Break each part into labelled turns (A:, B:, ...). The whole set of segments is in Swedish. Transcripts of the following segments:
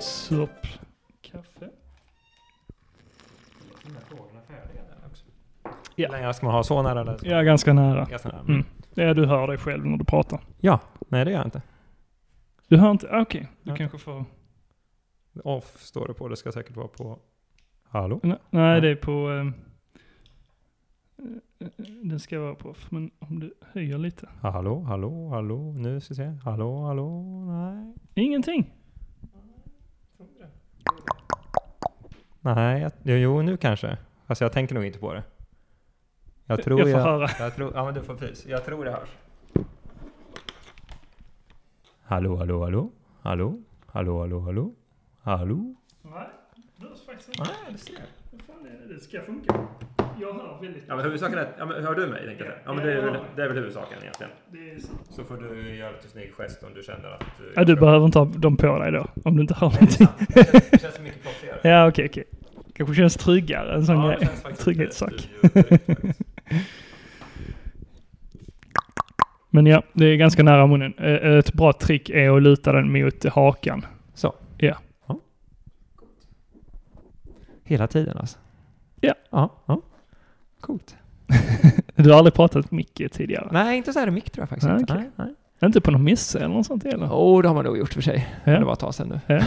A: Surp. Kaffe.
B: De här frågorna är färdiga där också.
A: Ja.
B: Hur länge ska man ha så nära den?
A: Ja, ganska nära.
B: Ganska nära.
A: Mm. Ja, du hör dig själv när du pratar.
B: Ja, nej det gör jag inte.
A: Du hör inte? Ah, Okej, du
B: Ja.
A: kanske får...
B: Off står det på, det ska säkert vara på... Hallå?
A: Nej, nej, det är på... ehm, eh, eh, den ska vara på off, men om du höjer lite.
B: Hallå, hallå, hallå, nu ska vi se. Hallå, hallå, nej.
A: Ingenting.
B: Nej, jag, jo, jo, nu kanske. Alltså jag tänker nog inte på det. Jag tror
A: jag
B: jag...
A: får höra.
B: jag tror, ja men du får pris. Jag tror det hörs. Hallå, hallå, hallå, hallå, hallå, hallå, hallå, hallå.
A: Nej, det hörs faktiskt
B: Nej, du ser.
A: Vad fan är det? Det ska funka. Jag hör väldigt...
B: Ja men huvudsaken är... Ja, men hör du mig? Tänkte jag. Ja men det är, väl, det är väl huvudsaken egentligen.
A: Det är så.
B: Så får du göra lite snygg gest om du känner att... Du,
A: Ja, du behöver inte ha dem på dig då, om du inte hör
B: Nej, det är
A: någonting.
B: sant. Det känns- Det känns mycket proffsigare.
A: Ja, okej, okej. Kanske känns tryggare, en sån
B: Ja, det
A: grej.
B: känns faktiskt
A: Trygghetssak.
B: lite studio direkt faktiskt.
A: Men ja, det är ganska nära munnen. Eh, Ett bra trick är att luta den mot hakan.
B: Så.
A: Ja.
B: Ja. Hela tiden alltså?
A: Ja.
B: ja, ja. Coolt.
A: Du har aldrig pratat mycket tidigare?
B: Nej, inte så här i mick tror jag faktiskt
A: Nej,
B: inte.
A: okej.
B: Nej,
A: Inte på någon miss eller något sånt heller?
B: nej. Oh, det har man nog gjort för sig.
A: Ja.
B: Det var ett tag sedan nu.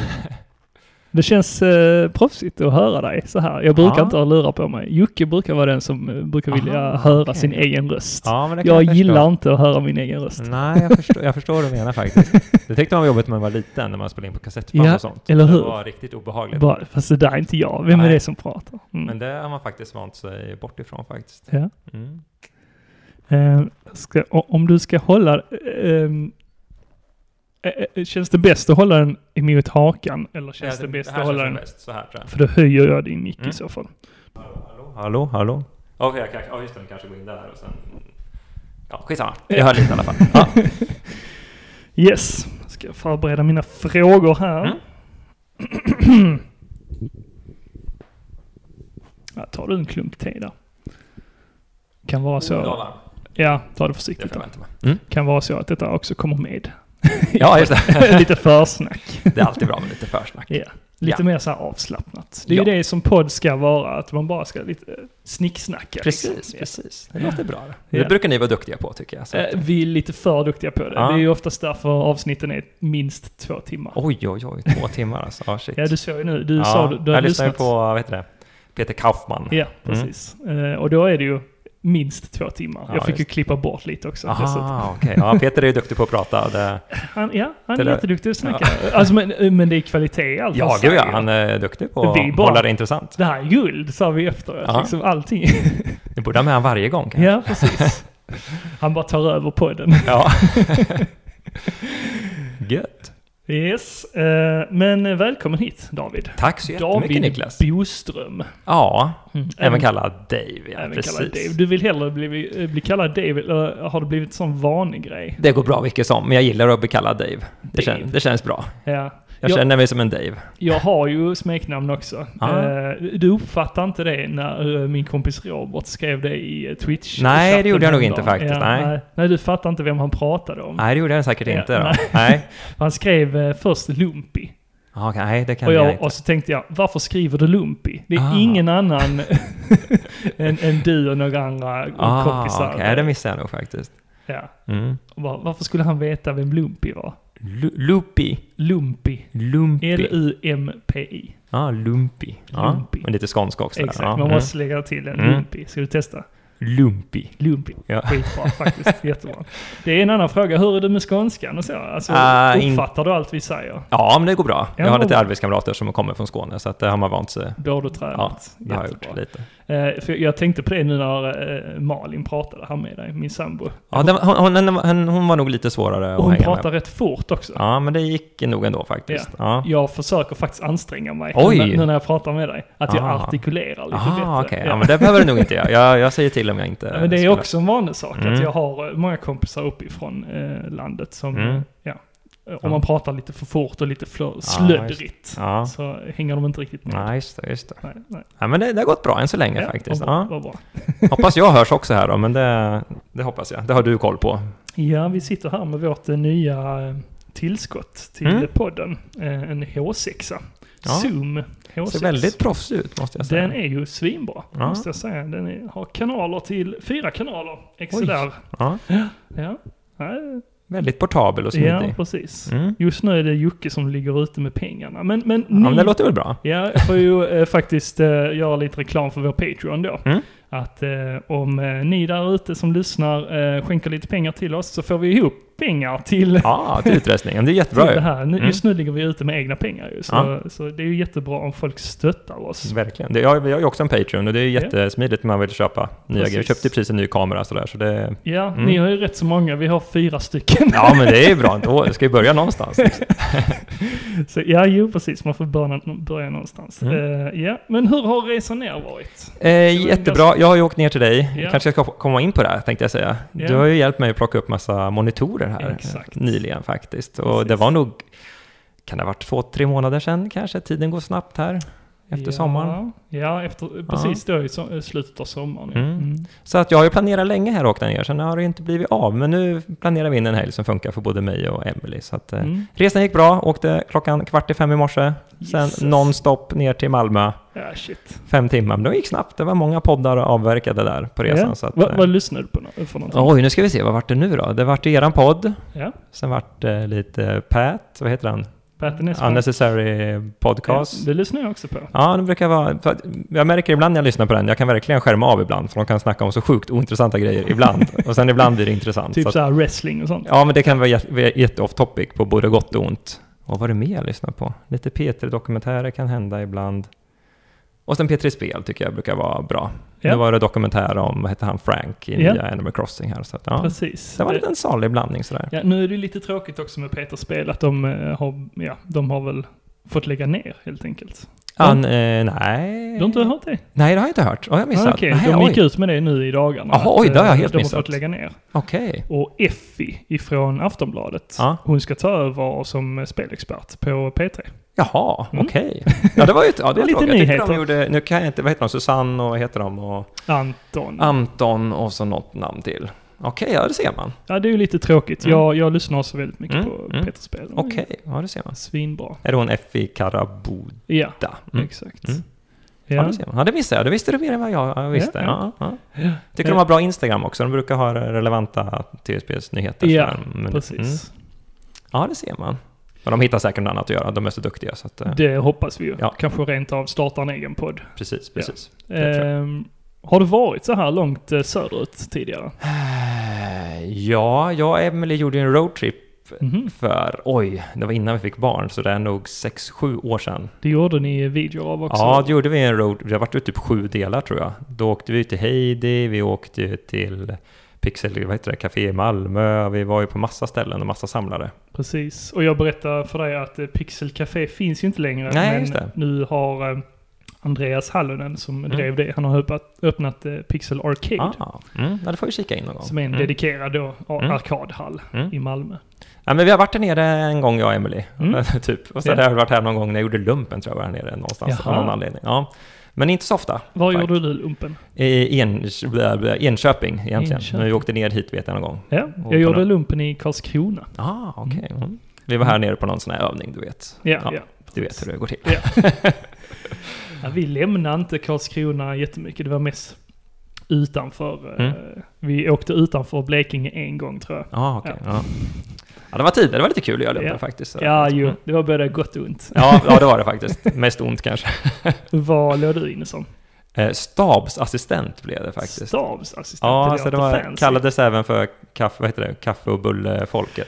A: Det känns eh, proffsigt att höra dig så här. Jag brukar
B: Ja.
A: inte ha lurar på mig. Jocke brukar vara den som eh, brukar vilja
B: Aha,
A: höra
B: okej.
A: sin egen röst.
B: Ja, men det kan
A: jag
B: förstå.
A: gillar inte att höra min egen röst.
B: Nej, jag förstår, jag förstår vad du menar faktiskt. Det tyckte man var jobbigt när man var liten, när man spelade in på kassettband
A: Ja,
B: och sånt.
A: eller hur?
B: Det var riktigt obehagligt.
A: Bara, fast det där är inte jag. Vem är
B: Mm. Nej.
A: det som pratar? Mm.
B: Men det har man faktiskt vant sig bort ifrån faktiskt.
A: Ja.
B: Mm.
A: Eh, ska, o- om du ska hålla... ehm, eh, eh, känns det bäst att hålla den emot hakan eller känns det, bäst
B: här
A: att hålla
B: känns
A: den...
B: det bäst, så här tror jag.
A: För då höjer jag din mick i
B: Mm.
A: så fall.
B: Hallå, hallå, hallå. Okej, jag kan, ja just det, vi kanske går in där och sen... Ja, skitsamma. Jag hör lite i alla fall. Ja.
A: Yes, ska jag förbereda mina frågor här.
B: Mm.
A: ja, tar du en klunk te där? Kan vara
B: Det var
A: så.
B: varmt.
A: Ja, ta det
B: Det
A: försiktigt. Då.
B: förväntar man. Mm.
A: Kan vara så att detta också kommer med.
B: Ja, just det.
A: lite försnack.
B: Det är alltid bra med lite försnack.
A: Ja. Lite
B: Ja.
A: mer så här avslappnat. Det är
B: Ja.
A: ju det som podd ska vara, att man bara ska lite eh, snicksnacka. liksom.
B: Precis,
A: Ja.
B: precis. Det låter bra. Det,
A: Ja.
B: det brukar ni vara duktiga på tycker jag. Så. att-
A: Eh, Vi är lite för duktiga på det.
B: Ja.
A: Det är ju oftast därför avsnitten är minst två timmar.
B: Oj, oj, oj. Två timmar alltså. Ja, shit.
A: Ja, du såg ju nu. Du
B: Ja,
A: sa du, du
B: jag Mm.
A: hade
B: lyssnar ju
A: lyssnat.
B: på, vad heter det? Peter Kaufman.
A: Ja, precis. Eh, och då är det ju minst två timmar.
B: Ja,
A: jag fick ju
B: just.
A: klippa bort lite också. dessutom.
B: Aha, okej. Ja, Peter är ju duktig på att prata. Det,
A: Han, ja, han
B: Det
A: är
B: där-
A: jätteduktig att snacka. Alltså, men, men det är kvalitet i allt
B: ja,
A: han
B: gud
A: säger.
B: ja. Han är duktig på
A: Vi
B: att
A: bara-
B: hålla det intressant.
A: Det här är guld, sa vi efteråt.
B: Ja.
A: Liksom allting.
B: Du borde ha med honom varje gång. kanske.
A: ja, precis. Han bara tar över podden.
B: Ja. Gött.
A: Yes. eh, men välkommen hit, David.
B: Tack så jättemycket
A: David
B: Niklas.
A: Boström. Mm,
B: Ja, även
A: Även-
B: kallad Dave. Ja,
A: Även
B: precis.
A: kallad Dave. Du vill hellre bli, bli kallad Dave, eller har det blivit en sån vanlig grej?
B: Det går bra vilket som, men jag gillar att bli kallad Dave. Det,
A: Dave.
B: kän, det känns bra.
A: Ja.
B: Jag
A: Ja.
B: känner mig som en Dave.
A: Jag har ju smeknamn också.
B: Ah.
A: Eh, Du uppfattade inte det när eh, min kompis Robert skrev det i eh, Twitch?
B: Nej, det gjorde jag nog
A: häromdagen.
B: inte faktiskt, nej.
A: nej. Nej, du fattade inte vem han pratade om.
B: Nej, det gjorde jag säkert
A: Ja,
B: inte. Då.
A: nej.
B: Nej.
A: Han skrev eh, först Lumpy.
B: Ja, Okej, nej, det kan
A: Och,
B: jag,
A: jag,
B: inte.
A: och så tänkte jag, varför skriver du Lumpy? Det är
B: Ah.
A: ingen annan än, än du och några andra
B: Ah,
A: kompisar.
B: okej, det missade jag nog faktiskt.
A: ja.
B: Mm.
A: Och bara, varför skulle han veta vem Lumpy var?
B: Lu- Loopy.
A: Lumpy.
B: Lumpy.
A: L-U-M-P-I.
B: Ja, Lumpy. Ja,
A: Lumpy.
B: men lite skånska också. där.
A: Exakt,
B: Ja.
A: man
B: mm.
A: måste lägga till en
B: Mm.
A: Lumpy. Ska du testa?
B: Lumpy.
A: Lumpy.
B: Ja.
A: Skitbra faktiskt, jättebra. Det är en annan fråga, hur är det med skånskan och så? Alltså,
B: Ah, in-
A: uppfattar du allt vi säger?
B: Ja, men det går bra.
A: Ja,
B: Jag har
A: vad
B: lite
A: bra.
B: arbetskamrater som kommer från Skåne, så att det har man vant sig.
A: Då har du tränat.
B: Det har jag gjort
A: Jättebra.
B: lite.
A: Eh, för jag tänkte på det nu när eh, Malin pratade här med dig, min sambo.
B: Ja, den, hon, hon, hon, hon var nog lite svårare
A: Och
B: att
A: hon
B: hänga
A: pratar
B: med.
A: rätt fort också.
B: Ja, men det gick nog ändå faktiskt. Ja.
A: Jag försöker faktiskt anstränga mig
B: Oj.
A: nu, nu när jag pratar med dig. Att jag
B: Ah.
A: artikulerar lite
B: Aha,
A: bättre.
B: okej. Ja, men det behöver du nog inte göra. Jag, jag säger till om jag inte...
A: Ja, men det är
B: skulle-
A: också en vanlig sak att
B: Mm.
A: jag har eh, många kompisar uppifrån eh, landet som,
B: Mm.
A: eh, ja, eh, om
B: Ja. Ah,
A: man pratar lite för fort och lite för
B: just
A: slöddrigt
B: det. Ja.
A: så hänger de inte riktigt med.
B: Nej, just det. Just det.
A: Nej, nej.
B: Ja, men det, det har gått bra än så länge
A: Ja,
B: faktiskt.
A: vad bra,
B: Ja.
A: vad bra.
B: Hoppas jag hörs också här då, men det, det hoppas jag. Det har du koll på.
A: Ja, vi sitter här med vårt eh, nya eh, tillskott till
B: Mm.
A: podden, eh, en H6.
B: Ja.
A: Zoom H6.
B: Ser väldigt proffsig ut måste jag säga.
A: Den är ju svinbra,
B: Ja.
A: måste jag säga. Den är, har kanaler till fyra kanaler, XLR.
B: ja,
A: Ja. Nej,
B: väldigt portabel och
A: ja,
B: smidig.
A: precis.
B: Mm.
A: Just nu är det Jocke som ligger ute med pengarna. Men, men
B: Ja, men
A: ni-
B: det låter väl bra?
A: Ja, jag får ju eh, faktiskt eh, göra lite reklam för vår Patreon då.
B: Mm.
A: Att eh, om eh, ni där ute som lyssnar eh, skänker lite pengar till oss så får vi ihop pengar till,
B: Ja, till utrustningen. Det är jättebra
A: till det
B: ju.
A: här. Nu,
B: Mm.
A: Just nu ligger vi ute med egna pengar ju, så,
B: Ja. Mm.
A: så det är ju jättebra om folk stöttar oss.
B: Verkligen. Det, jag, jag är ju också en Patreon och det är jättesmidigt när man vill köpa nya
A: Precis.
B: grejer. Jag köpte precis en ny kamera sådär, så det...
A: Ja,
B: Mm.
A: ni har ju rätt så många. Vi har fyra stycken.
B: Ja, men det är ju bra ändå. Det ska ju börja någonstans. liksom.
A: Så, ja, jo precis. Man får börja, börja någonstans.
B: Mm.
A: Eh, ja, men hur har resan ner varit?
B: Eh, jättebra. Jag har ju åkt ner till dig.
A: Ja.
B: Kanske ska komma in på det här, tänkte jag säga.
A: Ja.
B: Du har ju hjälpt mig att plocka upp massa monitorer här eh,
A: Exakt.
B: nyligen faktiskt. Och
A: Precis.
B: det var nog... Kan det ha varit två, tre månader sedan kanske? Tiden går snabbt här efter
A: ja.
B: sommaren.
A: Ja, efter, precis då i so- slutet av sommaren. ja.
B: Mm.
A: Mm.
B: Så att jag har ju planerat länge här att åka ner, sen har det inte blivit av. Men nu planerar vi in en helg som funkar för både mig och Emily. Så att, eh,
A: Mm.
B: Resan gick bra, åkte klockan kvart i fem i morse.
A: Jesus.
B: Sen nonstop ner till Malmö,
A: Ja, shit.
B: fem timmar. Men det gick snabbt, det var många poddar avverkade där på resan.
A: Ja.
B: Så att,
A: vad,
B: eh,
A: vad lyssnar du på nå- för någonting?
B: Oj, nu ska vi se, vad vart det nu då? Det vart ju eran podd,
A: Ja.
B: sen vart det lite Pat, vad heter den?
A: Pat and Espen.
B: Unnecessary Podcast.
A: Ja, det lyssnar jag också på.
B: Ja, det brukar vara... för att Jag märker ibland när jag lyssnar på den, jag kan verkligen skärma av ibland, för de kan snacka om så sjukt ointressanta grejer ibland. Och sen ibland blir det intressant.
A: Typ
B: så
A: så
B: att-
A: såhär wrestling och sånt.
B: Ja, men det kan vara jätte- vara jätte-off topic på både gott och ont. Vad var det mer jag lyssnade på? Lite P3-dokumentärer kan hända ibland. Och sen P3 Spel tycker jag brukar vara bra.
A: Ja.
B: Nu var det dokumentär om, vad hette han, Frank i
A: Ja.
B: nya Animal Crossing här. Så att, ja.
A: Precis.
B: Det var en
A: Det-
B: liten salig blandning sådär.
A: ja, nu är det ju lite tråkigt också med Peters spel att de, eh, har, ja, de har väl fått lägga ner helt enkelt. Ja.
B: An, eh, nej.
A: Du har inte hört det?
B: Nej, det har jag inte hört. Oj, jag
A: Ah,
B: missat.
A: Okej,
B: nej,
A: de
B: oj.
A: gick ut med det nu i dagarna.
B: Jaha, oj,
A: att,
B: det har jag
A: eh,
B: helt
A: De har
B: missat.
A: fått lägga ner.
B: Okej.
A: Och Effie ifrån Aftonbladet,
B: Ja.
A: hon ska ta över som eh, spelexpert på P3.
B: Jaha,
A: Mm.
B: okej. Ja, det var ju ja,
A: Det är
B: det var
A: lite
B: lite jag tyckte
A: nyheter.
B: de gjorde, nu kan jag inte, vad heter de, Susanne och vad heter de? Och
A: Anton.
B: Anton och så något namn till. Okej, ja det ser man.
A: Ja, det är ju lite tråkigt.
B: Mm.
A: Jag, jag lyssnar så väldigt mycket
B: Mm,
A: på
B: mm.
A: Peters spel.
B: Okej, ja det ser man.
A: Svinbra.
B: Är hon Effie Karabuda?
A: Ja,
B: Mm.
A: exakt.
B: Mm. Ja.
A: Ja.
B: det ser man. Ja, det visste jag. Det visste du mer än vad jag jag visste.
A: Ja,
B: Ja,
A: ja. Eh.
B: ja.
A: Ja.
B: Tycker de har bra Instagram också. De brukar ha relevanta tv-spelsnyheter.
A: Ja,
B: sådär. Men- mm.
A: Precis.
B: Ja, det ser man. Men de hittar säkert något annat att göra. De är så duktiga. Så att, eh,
A: Det hoppas vi ju.
B: Ja.
A: Kanske rent av starta en egen podd.
B: Precis, precis. Det tror
A: Ehm, har du varit så här långt eh, söderut tidigare?
B: Eh, Ja, jag och Emily gjorde ju en roadtrip
A: Mhm.
B: för, oj, det var innan vi fick barn, så det är nog 6-7 år sedan.
A: Det gjorde ni videor av också?
B: Ja, då gjorde vi en road, vi har varit ute typ sju delar tror jag. Då åkte vi till Heidi, vi åkte ju till Pixel, vad heter det, Café i Malmö, vi var ju på massa ställen och massa samlare.
A: Precis, och jag berättade för dig att eh, Pixel Café finns ju inte längre.
B: Nej,
A: men
B: just det.
A: nu har eh, Andreas Hallonen som
B: Mm.
A: drev det, han har öppnat, öppnat eh, Pixel Arcade.
B: Ah, mm, ja, det får vi kika in någon gång.
A: Som är en
B: mm.
A: dedikerad då, a-
B: Mm.
A: arkadhall
B: Mm.
A: i Malmö.
B: ja, men Vi har varit där nere en gång, jag och Emily.
A: Mm.
B: typ. Och sen
A: Ja.
B: har vi varit här någon gång när jag gjorde lumpen tror jag, var här nere någonstans
A: Jaha.
B: av någon anledning. Ja. Men inte så ofta.
A: Var
B: Tack.
A: gjorde du lumpen?
B: I en, Enköping egentligen.
A: Enköping.
B: När vi åkte ner hit vet jag någon gång.
A: Ja,
B: Och
A: jag
B: på
A: gjorde
B: någon-
A: lumpen i Karlskrona.
B: Ah, okej. Mm. Vi var här nere på någon sån här övning, du vet.
A: Ja, ja.
B: Ja. Du vet hur det går till.
A: Ja, vi lämnade inte Karlskrona jättemycket, det var mest utanför. eh,
B: Mm.
A: Vi åkte utanför Blekinge en gång tror jag.
B: Ah, okej. ja. ja, det var tider. Det var lite kul att göra lumpen
A: Ja.
B: faktiskt. Så-
A: Ja, jo,
B: Mm.
A: det var både gott och ont.
B: Ja, ja, det var det faktiskt. Mest ont kanske.
A: Vad låg du inne som?
B: Eh, stabsassistent blev det faktiskt.
A: Stabsassistent?
B: Ja,
A: låter
B: alltså det var,
A: fancy.
B: kallades även för kaffe, vad heter det? kaffe och bullfolket.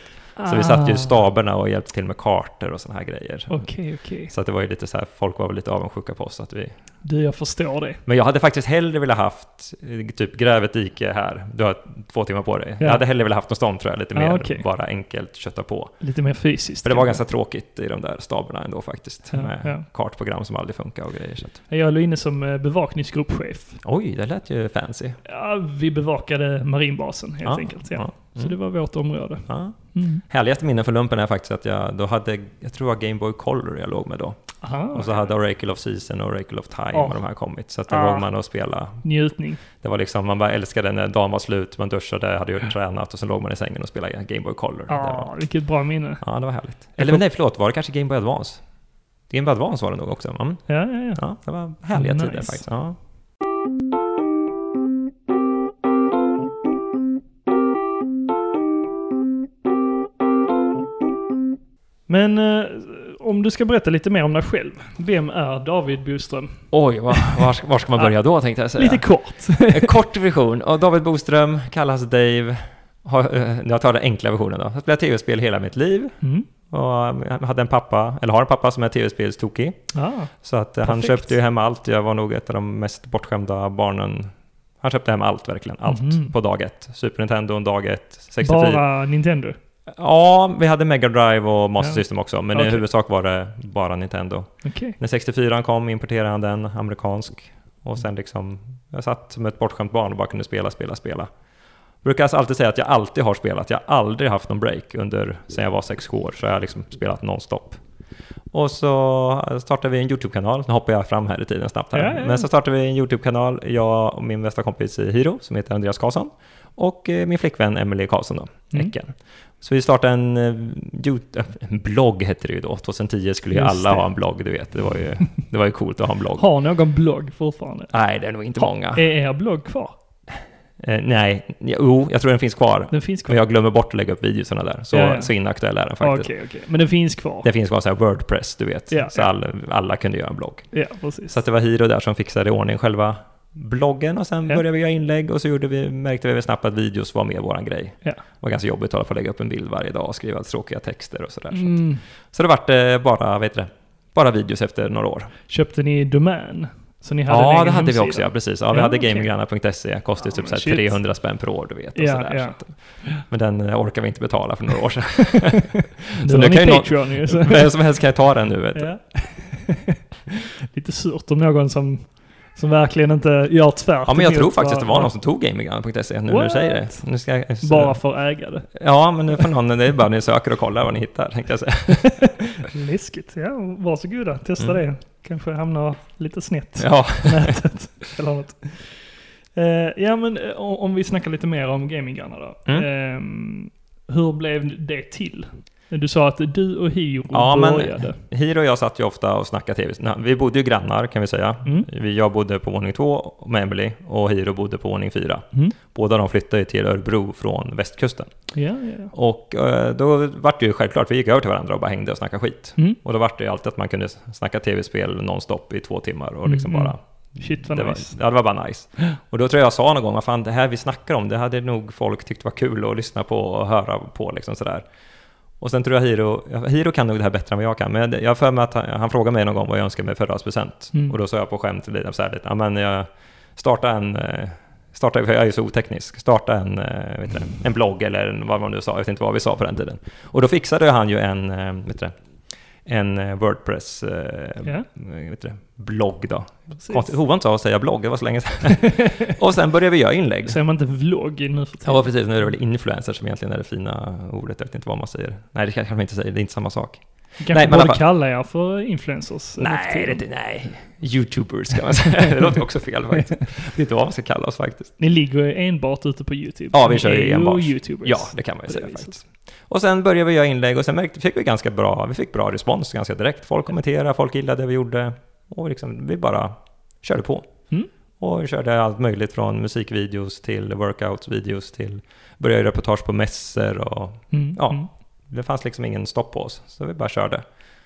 B: Så vi satt ju i staberna och hjälpte till med kartor och såna här grejer.
A: Ah, Okej, okej.
B: Så att det var ju lite så här, folk var väl lite avundsjuka på oss att vi
A: Du, jag förstår det.
B: Men jag hade faktiskt hellre velat haft, eh, typ gräv ett dike här, du har två timmar på dig.
A: Ja.
B: Jag hade hellre velat haft något sånt tror jag, lite
A: Ja,
B: mer
A: okej.
B: bara enkelt kötta på.
A: Lite mer fysiskt.
B: För det var ganska tråkigt i de där staberna ändå faktiskt,
A: Ja,
B: med
A: ja.
B: kartprogram som aldrig funkar och grejer. Så att,
A: Jag låg inne som eh, bevakningsgruppchef.
B: oj, det lät ju fancy.
A: Ja, vi bevakade marinbasen helt
B: Ja,
A: enkelt. Ja.
B: ja,
A: Så
B: mm.
A: det var vårt område.
B: Ja.
A: Mm.
B: Härligaste minnen från lumpen är faktiskt att jag då hade, jag tror det var Game Boy Color jag låg med då.
A: Aha.
B: Och så hade Oracle of Season och Oracle of Time
A: Ja.
B: och de här kommit. Så att då
A: Ah.
B: låg man och spelade.
A: Njutning.
B: Det var liksom, man bara älskade när dagen var slut, man duschade, hade gjort tränat och så låg man i sängen och spelade Game Boy Color. Det var-
A: Ja, Ah, vilket bra minne.
B: Ja, det var härligt. Eller men nej, förlåt, var det kanske Game Boy Advance? Game Boy Advance var det nog också. Mm.
A: Ja, ja, ja.
B: Ja, det var härliga
A: Nice.
B: tider faktiskt. Ja.
A: Men eh, om du ska berätta lite mer om dig själv. Vem är David Boström?
B: Oj, var, var, ska- var ska man börja då tänkte jag säga.
A: Lite kort.
B: En kort version. Och David Boström kallas Dave. Har, eh, jag tar den enkla versionen då. Jag spelar tv-spel hela mitt liv.
A: Mm.
B: Och jag hade en pappa, eller har en pappa som är tv-spelstokig.
A: Ah,
B: Så att eh, han
A: Perfekt.
B: köpte ju hem allt. Jag var nog ett av de mest bortskämda barnen. Han köpte hem allt, verkligen. Allt
A: Mhm.
B: på dag ett. Super Nintendo, dag ett, 64.
A: bara Nintendo.
B: Ja, vi hade Mega Drive och Master
A: Ja.
B: System också, men i
A: Okej.
B: huvudsak var det bara Nintendo.
A: Okej.
B: När 64 kom importerade han den, amerikansk. Och sen liksom, jag satt som ett bortskämt barn och bara kunde spela, spela, spela. Brukar alltså alltid säga att jag alltid har spelat, jag har aldrig haft någon break under, sen jag var 6 år, så jag har liksom spelat nonstop. Och så startade vi en YouTube-kanal, nu hoppar jag fram här i tiden snabbt här.
A: Ja, ja, ja.
B: Men så startade vi en YouTube-kanal, jag och min bästa kompis i Hiro, som heter Andreas Karlsson, och eh, min flickvän Emelie Karlsson då,
A: Mm.
B: Ecken. Så vi startade en, eh, YouTube, en blogg hette det ju då, 2010 skulle ju
A: Just
B: alla
A: det.
B: ha en blogg, du vet. Det var ju, det var ju coolt att ha en blogg.
A: Har någon blogg fortfarande?
B: Nej, det är nog inte många.
A: Är er blogg kvar?
B: Eh, nej, jo, jag tror den finns kvar.
A: Den finns kvar?
B: Men jag glömmer bort att lägga upp videosarna där, så,
A: Ja, ja.
B: så inaktuell är den
A: Okej,
B: faktiskt.
A: okej. Men den finns kvar?
B: Det finns kvar så här Wordpress, du vet,
A: Ja,
B: så
A: ja.
B: Alla, alla kunde göra en blogg.
A: Ja, precis.
B: Så att det var Hiro där som fixade i ordning själva bloggen och sen
A: Ja.
B: började vi göra inlägg och så gjorde vi, märkte vi väl snabbt att videos var mer våran grej.
A: Ja.
B: Det var ganska jobbigt att hålla på att lägga upp en bild varje dag och skriva tråkiga texter och sådär. Så,
A: Mm.
B: så det vart eh, bara, vad heter det, bara videos efter några år.
A: Köpte ni domän? Så ni hade en
B: Ja,
A: egen
B: det hade vi
A: hemsida?
B: också, ja, precis. Ja, vi
A: Ja,
B: hade
A: okej.
B: gaminggrannar.se, kostade
A: Ja,
B: typ
A: men
B: så här
A: shit.
B: 300 spänn per år, du vet. Och
A: Ja,
B: sådär,
A: ja.
B: Så att, men den eh, orkar vi inte betala för några år sedan.
A: Nu
B: Så
A: har
B: nu kan
A: ni
B: ju någon-
A: Patreon ju. Så.
B: Vem som helst kan jag ta den nu, vet du.
A: Ja. Lite surt om någon som, som verkligen inte gör tvärt
B: Ja, men jag
A: emot
B: tror faktiskt
A: vad-
B: det var någon som tog gaminggrannar.se nu när du
A: What?
B: säger det. Nu ska jag, så-
A: Bara för ägare.
B: Ja, men det är för någon, det är bara ni söker och kollar vad ni hittar, tänkte jag säga.
A: Läskigt. Ja, varsågoda. Testa
B: Mm.
A: det. Kanske hamnar lite snett
B: Ja,
A: på nätet. Eller något. Eh, ja, men eh, om om vi snackar lite mer om gaminggrannar då.
B: Mm.
A: Ehm, hur blev det till? Du sa att du och Hiro
B: Ja, men-
A: började.
B: Hiro och jag satt ju ofta och snackade tv. Nej, Vi bodde ju grannar kan vi säga.
A: Mm.
B: Vi- Jag bodde på våning två med Emily och Hiro bodde på våning fyra.
A: Mm.
B: Båda de flyttade ju till Örebro från västkusten.
A: Ja, ja, ja.
B: Och eh, då vart det ju självklart, vi gick över till varandra och bara hängde och snackade skit.
A: Mm.
B: Och då vart det ju alltid att man kunde snacka tv-spel nonstop i två timmar och liksom
A: Mm,
B: bara...
A: Shit vad
B: det,
A: nice.
B: var, ja, det var bara nice. Och då tror jag jag sa någon gång, vad fan det här vi snackar om, det hade nog folk tyckt var kul att lyssna på och höra på liksom sådär. Och sen tror jag Hiro, ja, Hiro kan nog det här bättre än vad jag kan, men jag har för mig att han, han frågade mig någon gång vad jag önskar mig för födelsedagspresent.
A: Mm.
B: Och då sa jag på skämt lite så här, lite, ja men jag starta en, eh, starta, för jag är ju så oteknisk, starta en, eh, vet du, det, en blogg eller en, vad man nu sa, jag vet inte vad vi sa på den tiden. Och då fixade han ju en, eh, vet du, det, en eh, Wordpress eh,
A: Ja.
B: vet du, det, blogg då,
A: Precis.
B: Konstigt, Hovan sa att säga blogg, det var så länge sedan. och sen började vi göra inlägg.
A: Säger man inte vlogg nu för tiden?
B: Ja, precis. Nu är det väl influencers som egentligen är det fina ordet. Jag vet inte vad man säger. Nej, det kanske man inte säger. Det är inte samma sak.
A: Kanske
B: Nej, men i alla
A: borde
B: fall-
A: kalla er för influencers.
B: Nej, det, är inte- nej. Youtubers kan man säga. det låter också fel faktiskt. Det är inte vad man ska kalla oss faktiskt.
A: Ni ligger ju enbart ute på YouTube.
B: Ja, vi
A: Ni
B: kör ju
A: är
B: enbart.
A: YouTubers.
B: Ja, det kan man ju
A: På det
B: säga
A: viset.
B: faktiskt. Och sen började vi göra inlägg och sen märkte, fick vi ganska bra, vi fick bra respons ganska direkt. Folk kommenterade, folk gillade det vi gjorde. Och liksom, vi bara körde på.
A: Mm.
B: Och vi körde allt möjligt från musikvideos till workoutsvideos till började göra reportage på mässor och
A: Mm,
B: Ja.
A: mm.
B: Det fanns liksom ingen stopp på oss, så vi bara körde.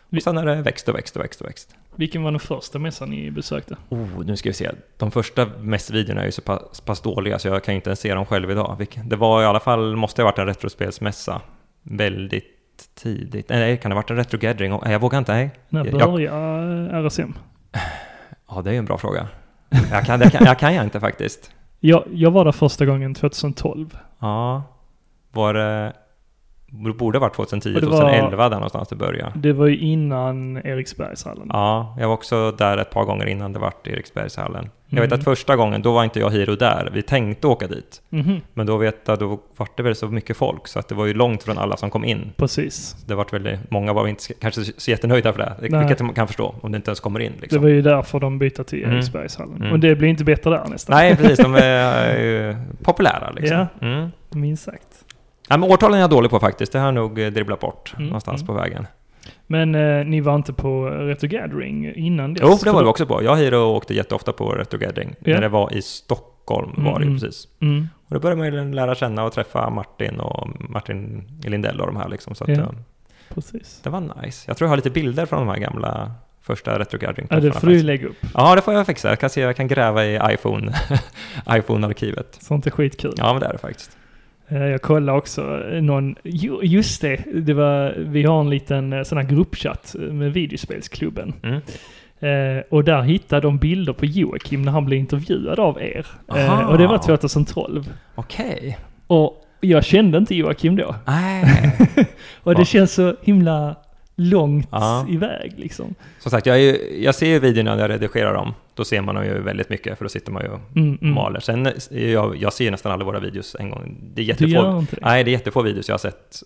A: Vi-
B: Och sen har det växt och växt och växt och växt.
A: Vilken var den första mässan ni besökte?
B: Oh, nu ska vi se. De första mässvideorna är ju så pass, pass dåliga så jag kan ju inte ens se dem själv idag. Vilken- Det var i alla fall, måste ha varit en retrospelsmässa. Väldigt tidigt. Nej, kan det ha varit en retrogathering? Nej, jag vågar inte. Nej.
A: När
B: Jag-
A: började eh, RSM?
B: Ja, det är ju en bra fråga. Jag kan, jag kan, jag kan jag inte faktiskt.
A: Jag, jag var där första gången 2012.
B: Ja, var det... Det borde ha varit 2010,
A: Och det var-
B: 2011 där någonstans det började.
A: Det var ju innan Eriksbergshallen.
B: Ja, jag var också där ett par gånger innan det vart Eriksbergshallen. Jag vet
A: Mm.
B: att första gången, då var inte jag Hiro där. Vi tänkte åka dit.
A: Mhm,
B: Men då vet jag, då vart det väl så mycket folk så att det var ju långt från alla som kom in.
A: Precis.
B: Det vart väldigt, många var inte kanske så jättenöjda för det.
A: Nej.
B: Vilket man kan förstå om du inte ens kommer in
A: Det
B: liksom.
A: var ju därför de bytte till
B: Mm.
A: Eriksbergshallen.
B: Mm.
A: Och det blir inte bättre där nästan.
B: Nej, precis. De är ju populära liksom.
A: Ja.
B: Mm.
A: Minst sagt.
B: Nej, men årtalen är jag dålig på faktiskt. Det har jag nog eh, dribblat bort
A: Mm,
B: någonstans
A: mm.
B: på vägen.
A: Men eh, ni var inte på Retro Gathering innan dess?
B: Jo, det
A: För
B: var vi
A: då-
B: också på. Jag hyrde och åkte jätteofta på Retro Gathering.
A: Ja.
B: När det var i Stockholm var det ju
A: Mm.
B: precis.
A: Mm.
B: Och då började man ju lära känna och träffa Martin och Martin Lindell och de här liksom. Så att,
A: Ja.
B: eh,
A: Precis.
B: det var nice. Jag tror jag har lite bilder från de här gamla första Retro Gathering.
A: Ja, det får du ju lägga upp.
B: Ja, det får jag fixa. Jag kan se, jag kan gräva i iPhone, iPhone-arkivet.
A: Sånt är skitkul.
B: Ja, men det är det faktiskt.
A: Eh, Jag kollade också eh, någon, jo, just det, det var, vi har en liten eh, sån här gruppchatt eh, med videospelsklubben.
B: Mm.
A: Eh, och där hittade de bilder på Joakim när han blev intervjuad av er. Eh,
B: Aha.
A: och det var 2012.
B: Okej.
A: Och jag kände inte Joakim då.
B: Nej.
A: Och det
B: Va?
A: känns så himla långt
B: Ja.
A: iväg liksom.
B: Som sagt, jag, är ju, jag ser ju videorna när jag redigerar dem. Då ser man dem ju väldigt mycket, för då sitter man ju och
A: Mm, mm.
B: maler. Sen, är jag, jag ser ju nästan alla våra videos en gång. Det
A: Du
B: är jättefå,
A: gör inte det?
B: nej, det är jättefå videos jag har sett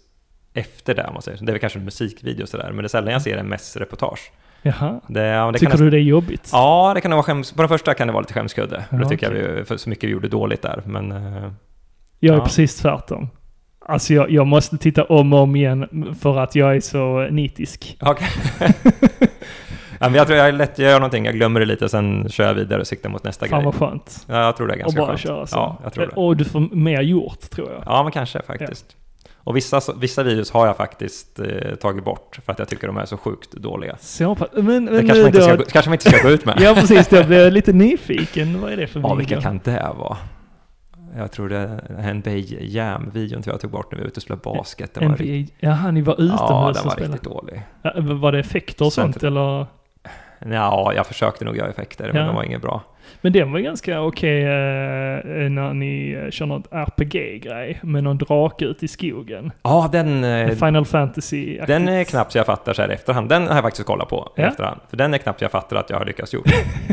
B: efter det, om man säger. så. Det är väl kanske en musikvideo sådär, men det är sällan jag ser en mässreportage.
A: Jaha.
B: Det, ja, det kan
A: Mm. Tycker
B: nästan-
A: du det är jobbigt?
B: Ja, det kan nog vara skäms... På den första kan det vara lite skämskudde.
A: Ja,
B: det tycker
A: okej.
B: jag vi, för så mycket vi gjorde dåligt där. Men eh,
A: Jag är
B: Ja.
A: precis tvärtom. Alltså jag, jag måste titta om och om igen för att jag är så nitisk.
B: Okej. ja, men jag tror jag är lätt, jag gör någonting, jag glömmer det lite, sen kör jag vidare och siktar mot nästa
A: Fan
B: grej.
A: vad skönt.
B: Ja, jag tror det är
A: Och
B: ganska
A: bara
B: skönt.
A: köra så.
B: Ja, jag tror det.
A: Och du får mer gjort tror jag.
B: Ja, men kanske faktiskt. Och vissa, vissa videos har jag faktiskt eh, tagit bort för att jag tycker de är så sjukt dåliga.
A: Så pass. Men, men
B: Det kanske man, inte
A: då-
B: ska, gå- kanske man inte ska gå ut med.
A: Ja precis, jag blev lite nyfiken. Vad är det för
B: ja,
A: video?
B: vilka kan det vara? Jag tror det är en Bay Jam-videon tror jag tog bort när vi var ute och spelade basket. Den var riktigt-
A: NBA. Jaha, ni var utomhus
B: ja, den
A: och
B: var
A: spelade?
B: riktigt dålig.
A: Ja, Var det effekter och sånt
B: Centrum.
A: eller?
B: Ja, jag försökte nog göra effekter, men
A: Ja.
B: de var inget bra.
A: Men den var ganska okej eh, när ni eh, kör något RPG-grej med någon drake ute i skogen.
B: Ja, den... eh,
A: Final fantasy -aktigt.
B: Den är knappt så jag fattar så här i efterhand. Den har jag faktiskt kollat på i
A: Ja.
B: efterhand. För den är knappt jag fattar att jag har lyckats gjort.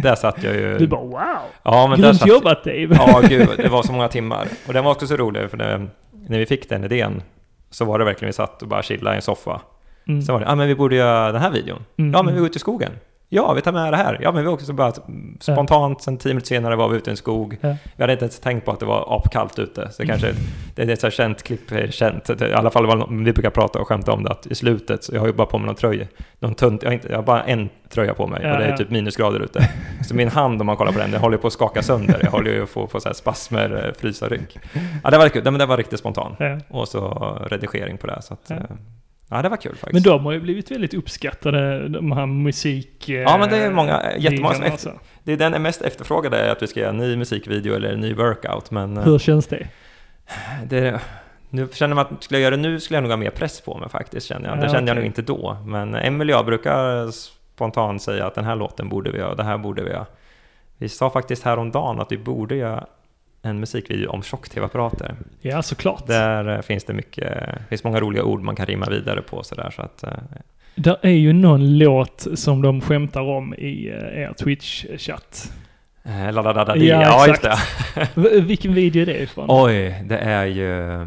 B: där satt jag ju...
A: Du bara wow!
B: ja, men där
A: Grymt
B: satt,
A: jobbat Dave!
B: Ja, gud, det var så många timmar. Och den var också så rolig, för när, när vi fick den idén så var det verkligen vi satt och bara chillade i en soffa.
A: Mm.
B: Sen var det, ja men vi borde göra den här videon.
A: Mm,
B: Ja, men vi
A: mm.
B: går ut i skogen. Ja, vi tar med det här. Ja, men vi åkte så bara spontant, sen tio minuter senare var vi ute i en skog.
A: Ja. Mm.
B: Vi hade inte ens tänkt på att det var apkallt ute. Så det kanske, det är ett så här känt klipp, eh, känt. Det- I alla fall var det någon- vi brukar prata och skämta om det, att i slutet, så jag har ju bara på mig någon tröja. Någon tunt, jag, har inte, jag har bara en tröja på mig
A: Ja,
B: och det är
A: ja.
B: typ minusgrader ute. Så min hand, om man kollar på den, den håller ju på att skaka sönder. Jag håller ju på att få så här spasmer, eh, frysa rygg. Ja, det var kul. Ja, men det var riktigt spontan.
A: Ja.
B: Och så redigering på det. Så att,
A: Ja.
B: eh, ja, det var kul faktiskt.
A: Men de har ju blivit väldigt uppskattade, de här musik... eh, alltså.
B: Ja, men det är många, jättemånga som efter,
A: efter.
B: Det är den mest efterfrågade är att vi ska göra en ny musikvideo eller en ny workout, men eh,
A: Hur känns det?
B: det, nu känner man att skulle jag göra det nu skulle jag nog ha mer press på mig faktiskt, känner jag. Det
A: Ja,
B: kände
A: okej.
B: jag nog inte då, men Emelie och jag brukar spontant säga att den här låten borde vi göra, det här borde vi göra. Vi sa faktiskt häromdagen att vi borde göra en musikvideo om tjock-tv-apparater.
A: Ja, såklart. Det...
B: Där eh, finns det mycket, finns många roliga ord man kan rimma vidare på sådär, så att eh,
A: Där är ju någon låt som de skämtar om i eh, er Twitch-chatt.
B: eh, ladda
A: Ja,
B: ja, ja just
A: exakt.
B: det.
A: V- Vilken video är det ifrån?
B: Oj, det är ju...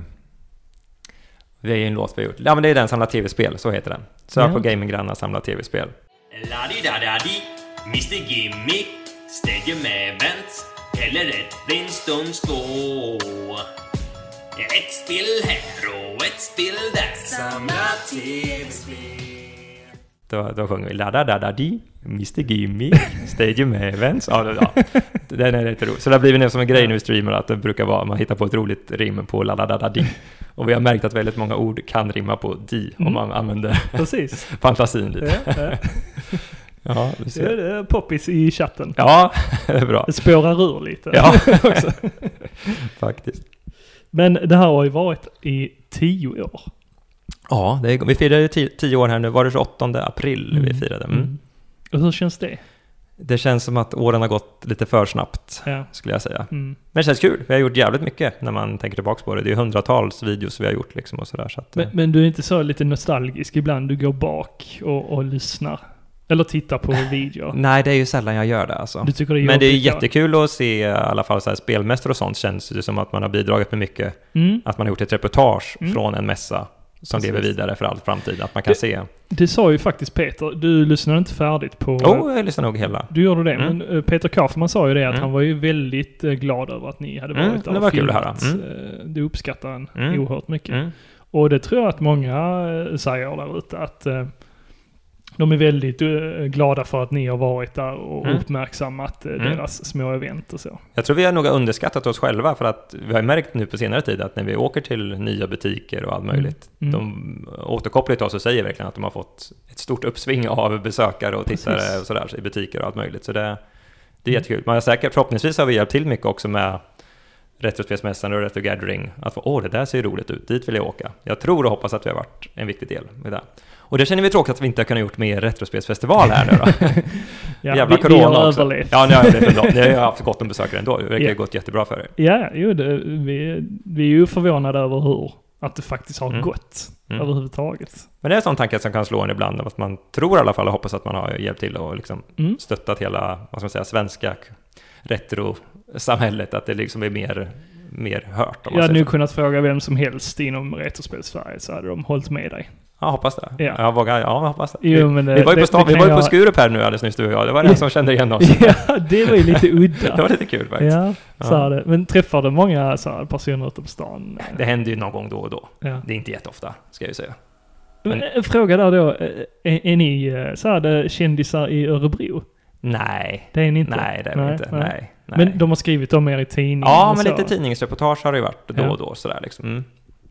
B: Det är ju en låt vi har gjort. Ja, men det är den samlar tv-spel, så heter den. Sök
A: Ja,
B: på
A: okej.
B: Gaminggrannar samlar tv-spel.
C: La-di-da-da-di, Mr Gimmick, steger med vänt eller ett Flintstones två. Ett spill här och ett spill där. Samla tv-spel.
B: Då, då sjunger vi la da da da di Mr Gimmick, Stadium Events. Ja, det, ja. Den är lite rolig. Så det har blivit nu som en grej nu i streamer att det brukar vara, man hittar på ett roligt rim på la da da da di. Och vi har märkt att väldigt många ord kan rimma på di om man använder
A: Precis.
B: fantasin
A: Ja,
B: lite.
A: ja.
B: Ja, du
A: Det är
B: ser.
A: det poppis i chatten.
B: Ja, det är bra.
A: Det spårar ur lite.
B: Ja, faktiskt.
A: Men det här har ju varit i tio år.
B: Ja, det är, vi firade ju ti- tio år här nu. Var det 28 april vi
A: Mm.
B: firade? Mm.
A: Och hur känns det?
B: Det känns som att åren har gått lite för snabbt,
A: Ja.
B: skulle jag säga.
A: Mm.
B: Men det känns kul. Vi har gjort jävligt mycket när man tänker tillbaka på det. Det är ju hundratals videos vi har gjort liksom och sådär. Så att,
A: Men, men du är inte så lite nostalgisk ibland? Du går bak och, och lyssnar? Eller tittar på videor?
B: Nej, det är ju sällan jag gör det alltså.
A: Du tycker det är
B: Men det är ju
A: jobbigt, ja.
B: jättekul att se i alla fall så här, spelmästare och sånt känns det som att man har bidragit med mycket.
A: Mm.
B: Att man har gjort ett reportage
A: Mm.
B: från en mässa som
A: Precis.
B: lever vidare för all framtid. Att man kan
A: Det-
B: se.
A: Det sa ju faktiskt Peter, du lyssnade inte färdigt på...
B: Oh, jag lyssnar nog hela.
A: Du gjorde det,
B: Mm.
A: men eh, Peter Kaufman sa ju det att
B: Mm.
A: han var ju väldigt eh, glad över att ni hade varit
B: Mm,
A: där
B: det
A: och
B: var kul att
A: filmat.
B: höra.
A: Eh, Det uppskattar han
B: Mm.
A: oerhört mycket.
B: Mm.
A: Och det tror jag att många eh, säger där ute att eh, De är väldigt eh, glada för att ni har varit där och
B: Mm.
A: uppmärksammat eh,
B: Mm.
A: deras små event och så.
B: Jag tror vi har nog underskattat oss själva för att vi har märkt nu på senare tid att när vi åker till nya butiker och allt möjligt,
A: Mm.
B: de återkopplar till oss och säger verkligen att de har fått ett stort uppsving av besökare och tittare
A: Precis. Mm.
B: och sådär i butiker och allt möjligt. Så det, det är jättekul. Man har säkert, förhoppningsvis har vi hjälpt till mycket också med Retrospelsmässan och Retro Gathering. Att få, åh, det där ser ju roligt ut, dit vill jag åka. Jag tror och hoppas att vi har varit en viktig del med det. Och det känner vi tråkigt att vi inte har kunnat gjort med Retrospelsfestival här nu då.
A: Ja,
B: Jävla
A: vi,
B: corona
A: vi har
B: också.
A: överlevt.
B: Ja, ni har överlevt ändå. Ni har ju haft gott om besökare ändå. Det verkar ju
A: Ja.
B: gått jättebra för er.
A: Ja, jo, det, vi, vi är ju förvånade över hur att det faktiskt har
B: Mm.
A: gått
B: Mm.
A: överhuvudtaget.
B: Men det är en sån tanke som kan slå en ibland, att man tror i alla fall och hoppas att man har hjälpt till och liksom
A: Mm.
B: stöttat hela, vad ska man säga, svenska k- retrosamhället, att det liksom är mer, mer hört. Om
A: Jag
B: man
A: hade
B: säger
A: nu
B: så.
A: kunnat fråga vem som helst inom Retrospels-Sverige så hade de hållit med dig.
B: Ja, hoppas det.
A: Ja.
B: Jag vågar, ja, jag hoppas det.
A: Jo,
B: vi,
A: men det-
B: vi var ju på,
A: det-
B: stan,
A: det
B: vi var
A: kan
B: ju på
A: jag-
B: Skurup här nu alldeles nyss, du och jag. Det var en som kände igen oss.
A: ja, det var ju lite
B: Det var
A: udda.
B: lite kul faktiskt.
A: ja, så
B: Ja.
A: här, det. Men träffar du många så här, personer ute på stan?
B: Det händer ju någon gång då och då.
A: Ja.
B: Det är inte jätteofta, ska jag ju säga.
A: Men, en fråga där då. eh, Är, är ni eh, så här, det, kändisar i Örebro?
B: Nej,
A: Det är ni inte?
B: nej, det är vi inte. Nej, nej.
A: Men de har skrivit om er i tidningen
B: Ja,
A: och
B: men
A: Mm, så.
B: lite tidningsreportage har det ju varit då
A: Ja.
B: och då sådär liksom. Mm.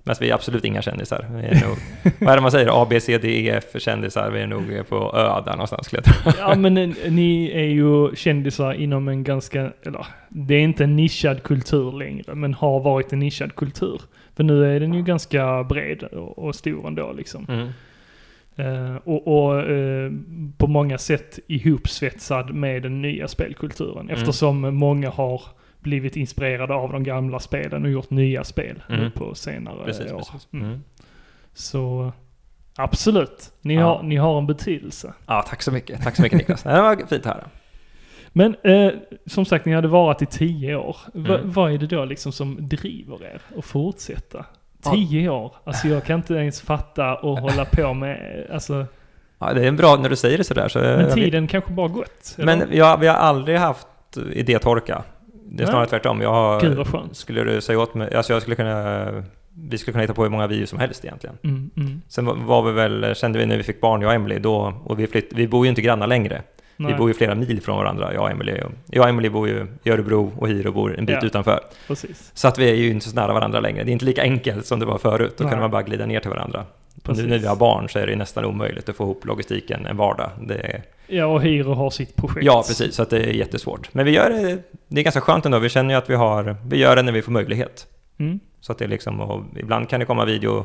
B: Men vi är absolut inga kändisar. Vi är nog, vad är det man säger? A, B, C, D, E, F kändisar. Vi är nog på ö där någonstans skulle jag tro.
A: Ja, men eh, ni är ju kändisar inom en ganska, eller det är inte en nischad kultur längre, men har varit en nischad kultur. För nu är den ju ganska bred och, och stor ändå liksom.
B: Mm,
A: Eh, och och eh, på många sätt ihopsvetsad med den nya spelkulturen.
B: Mm.
A: Eftersom många har blivit inspirerade av de gamla spelen och gjort nya spel nu
B: Mm.
A: på senare
B: Precis,
A: år.
B: precis.
A: Mm.
B: Mm.
A: Så absolut, ni,
B: Ja.
A: har, ni har en betydelse.
B: Ja, tack så mycket. Tack så mycket Niklas. Det var fint här.
A: Men eh, som sagt, ni hade varit i tio år. Va,
B: Mm.
A: Vad är det då liksom som driver er att fortsätta? Tio år? Alltså jag kan inte ens fatta och hålla på med, alltså,
B: Ja, det är bra när du säger det sådär. Så
A: men tiden kanske bara gått. eller?
B: Eh, men jag, vi har aldrig haft idétorka. Det
A: Nej.
B: är snarare tvärtom. Jag har,
A: Gud vad skönt.
B: skulle du säga åt mig, alltså jag skulle kunna, vi skulle kunna hitta på hur många vi som helst egentligen.
A: Mm, mm.
B: Sen var- var vi väl, kände vi när vi fick barn, jag och Emily, då, och vi, flytt, vi bor ju inte grannar längre.
A: Nej,
B: Vi bor ju flera mil från varandra, jag och Emily. Jag och Emily bor ju i Örebro och Hiro bor en bit
A: Ja.
B: utanför.
A: precis.
B: Så att vi är ju inte så nära varandra längre. Det är inte lika enkelt som det var förut. Då
A: Nej.
B: kunde man bara glida ner till varandra. Och nu
A: Precis.
B: när vi har barn så är det ju nästan omöjligt att få ihop logistiken en vardag. Det är,
A: Ja, och Hiro har sitt projekt.
B: ja, precis. Så att det är jättesvårt. Men vi gör det, det är ganska skönt ändå. Vi känner ju att vi har, vi gör det när vi får möjlighet.
A: Mm.
B: Så att det är liksom, och ibland kan det komma video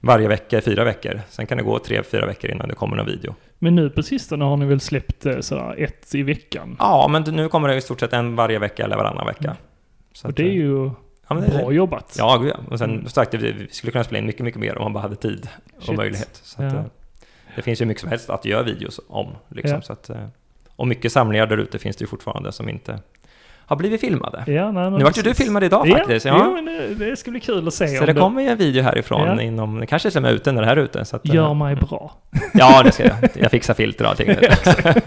B: varje vecka i fyra veckor. Sen kan det gå tre, fyra veckor innan det kommer någon video.
A: Men nu på sistone har ni väl släppt eh, sådär ett i veckan?
B: Ja, men nu kommer det i stort sett en varje vecka eller varannan vecka. Så
A: och
B: att, eh,
A: det är ju
B: ja, men det är-
A: bra jobbat.
B: Ja, gud, ja. Och sen
A: Mm.
B: som sagt, vi, vi skulle kunna spela in mycket, mycket mer om man bara hade tid och
A: Shit.
B: möjlighet. Så att,
A: Ja.
B: eh, Det finns ju mycket som helst att göra videos om. Liksom,
A: Ja.
B: så att, eh, och mycket samlingar där ute finns det ju fortfarande som inte har blivit filmade.
A: Ja, nej, men
B: nu vart ju du
A: precis.
B: filmad idag faktiskt.
A: Ja,
B: Ja.
A: Jo, men det, det ska bli kul att se
B: Så
A: om
B: det
A: du
B: kommer ju en video härifrån
A: Ja.
B: inom, det kanske till och med är ute när det här är ute. Så att, eh,
A: gör mig bra.
B: Ja, det ska jag. Jag fixar filter och allting. vet du.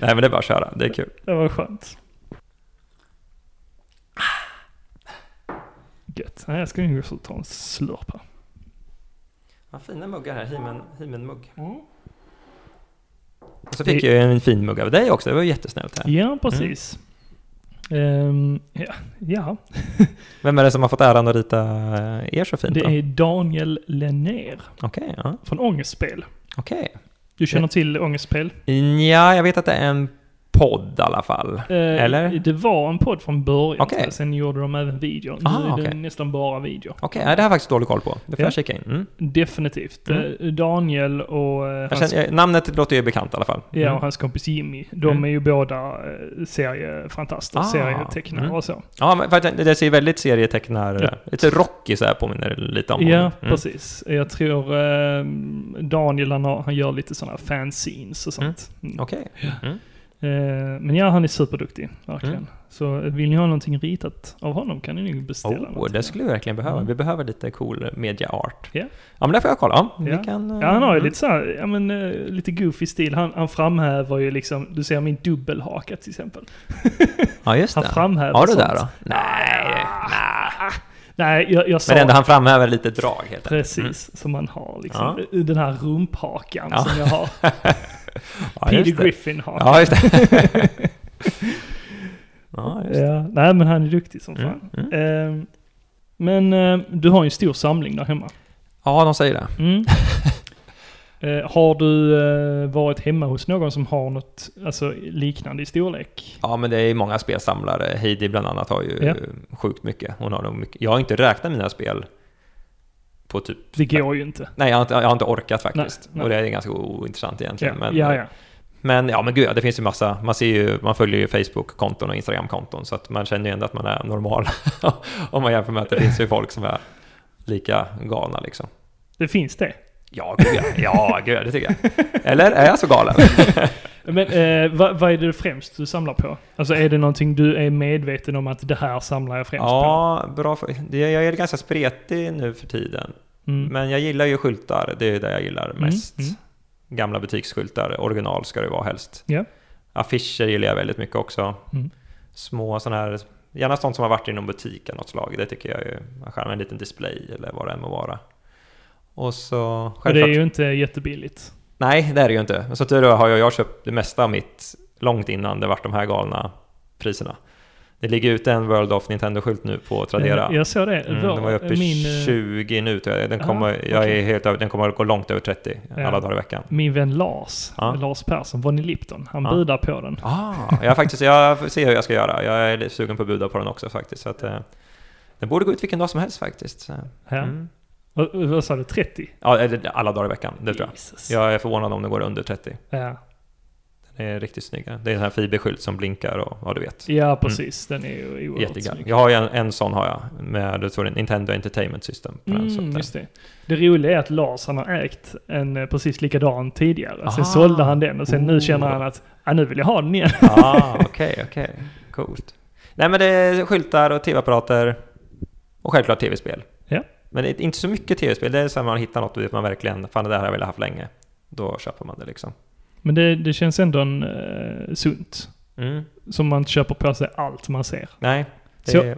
B: Nej, men det är bara att köra. Det är kul.
A: Det var skönt. Gött. Nej, jag ska nog också ta en slurp här.
B: Vad fina muggar här, Himen- Himen-mugg.
A: Mm.
B: Och så fick jag ju en fin mugg av dig också, det var ju jättesnällt här.
A: Ja, precis. Ehm, ja, ja.
B: Vem är det som har fått äran att rita eh, er så fint
A: det
B: då?
A: är Daniel Lennér
B: Okej, ja.
A: från Ångestspel.
B: Okej.
A: Du känner till Ångestspel?
B: Nja, jag vet att det är en podd i alla fall.
A: Eh,
B: Eller?
A: Det var en podd från början.
B: Okej.
A: Sen gjorde de även video. Nu
B: Ah,
A: är det
B: okej.
A: nästan bara video.
B: Okej, nej, det har jag faktiskt dålig koll på. Det får
A: Ja.
B: jag kika in. Mm.
A: Definitivt.
B: Mm.
A: Eh, Daniel och eh,
B: Jag
A: hans
B: känner, jag- namnet låter ju bekant i alla fall.
A: Ja, och
B: mm.
A: hans kompis Jimmy. De
B: Mm.
A: är ju båda eh, seriefantaster,
B: Ah,
A: serietecknare
B: mm.
A: och så.
B: ja men för att det det ser ju väldigt serietecknar...
A: Ja.
B: Lite rocky så här påminner det lite om.
A: Ja,
B: honom. Mm.
A: precis. Jag tror eh, Daniel, han, har, han gör lite sådana här fanscenes och sånt. Mm.
B: Okej. Mm.
A: Eh, men ja, han är superduktig, verkligen. Så eh, vill ni ha någonting ritat av honom kan ni nog beställa
B: Oh,
A: någonting.
B: det skulle vi verkligen behöva.
A: Mm.
B: Vi behöver lite cool media art.
A: Ja.
B: Ja, men det får jag kolla. Ja,
A: Ja.
B: Vi kan, eh,
A: Ja, han har ju
B: mm.
A: lite så här, ja men eh, lite goofy stil. Han, han framhäver ju liksom, du ser min dubbelhaka till exempel.
B: Ja, just
A: Han
B: det.
A: framhäver
B: Har du
A: sånt.
B: det då? Nej, nej.
A: Ah! Nej, jag, jag sa
B: Men ändå, han Mm. framhäver lite drag helt enkelt.
A: precis som man har liksom. Den här rumphakan som jag har.
B: Ja, just
A: Peter
B: det.
A: Griffin har.
B: Ja, just det. ja, just det.
A: Ja, nej men han är duktig som
B: Mm,
A: fan. Ehm, men eh, du har ju en stor samling där hemma.
B: ja, de säger det.
A: Mm. Eh, har du eh, varit hemma hos någon som har något alltså, liknande i storlek?
B: Ja, men det är många spelsamlare. Heidi bland annat har ju
A: Ja.
B: sjukt mycket. Hon har nog mycket. Jag har inte räknat mina spel på typ...
A: Det går ju inte.
B: Nej, jag har inte, jag har inte orkat faktiskt.
A: Nej, nej.
B: Och det är ganska ointressant egentligen.
A: Ja,
B: Men,
A: ja, ja.
B: men ja, men gud, det finns ju massa. Man, ser ju, man följer ju Facebook-konton och Instagram-konton, så att man känner ju ändå att man är normal. Om man jämför med att det finns ju folk som är lika galna liksom.
A: Det finns det.
B: Ja, gud ja. ja, gud ja, det tycker jag. Eller är jag så galen?
A: Men eh, vad, vad är det främst du samlar på? Alltså är det någonting du är medveten om att det här samlar jag främst
B: Ja, bra. för- det- Jag är ganska spretig nu för tiden.
A: på? Mm.
B: Men jag gillar ju skyltar, det är det jag gillar mest.
A: mm.
B: Gamla butiksskyltar, original ska det vara helst.
A: Ja.
B: Affischer gillar jag väldigt mycket också.
A: Mm.
B: Små sådana här, gärna sånt som har varit inom butiken något slag. Det tycker jag är charmen, en liten display eller vad det än må vara. Och så
A: Och det är
B: självklart,
A: ju inte jättebilligt.
B: nej det är det ju inte. Men så tur är har jag, jag har köpt det mesta av mitt långt innan det vart de här galna priserna. Det ligger ute en World of Nintendo-skylt nu på Tradera.
A: Eh, Jag såg det.
B: Mm,
A: Vår-
B: den var ju uppe i
A: min, eh,
B: 20 nu tror jag. Den
A: aha,
B: kommer, jag
A: okej.
B: är helt, över- den kommer att gå långt över 30
A: Ja.
B: alla dagar i veckan.
A: min vän Lars,
B: Ja.
A: Lars Persson, Bonnie Lipton, han
B: Ja.
A: budar på den.
B: Ah, jag, faktiskt, jag får se hur jag ska göra. Jag är lite sugen på att buda på den också faktiskt. Så att, eh, den borde gå ut vilken dag som helst faktiskt. Så,
A: Ja.
B: mm.
A: Vad, vad sa du, 30?
B: ja, eller alla dagar i veckan, det tror jag.
A: Jesus.
B: Jag är förvånad om den går under 30.
A: Ja.
B: Den är riktigt snygg. Det är en sån här fiberskylt som blinkar och vad du vet.
A: ja, precis. Den är ju oerhört
B: Jättegal.
A: snygg.
B: Jag har ju en, en sån har jag med jag tror det är Nintendo Entertainment System. På den, så att,
A: Mm,
B: eh,
A: just det. det roliga är att Lars han har ägt en eh, precis likadan tidigare. Sen
B: Ah.
A: sålde han den och sen nu känner
B: Oh.
A: han att ah, nu vill jag ha den igen.
B: Ah, okej, okej. Coolt. Nej, men det är skyltar och tv-apparater och självklart tv-spel.
A: Ja.
B: Men det är inte så mycket tv-spel. Det är så här man hittar något och man verkligen, fan det där har jag velat haft länge. Då köper man det liksom.
A: Men det, det känns ändå en, eh, sunt.
B: Mm.
A: Som man inte köper på sig allt man ser.
B: Nej. Det,
A: Så-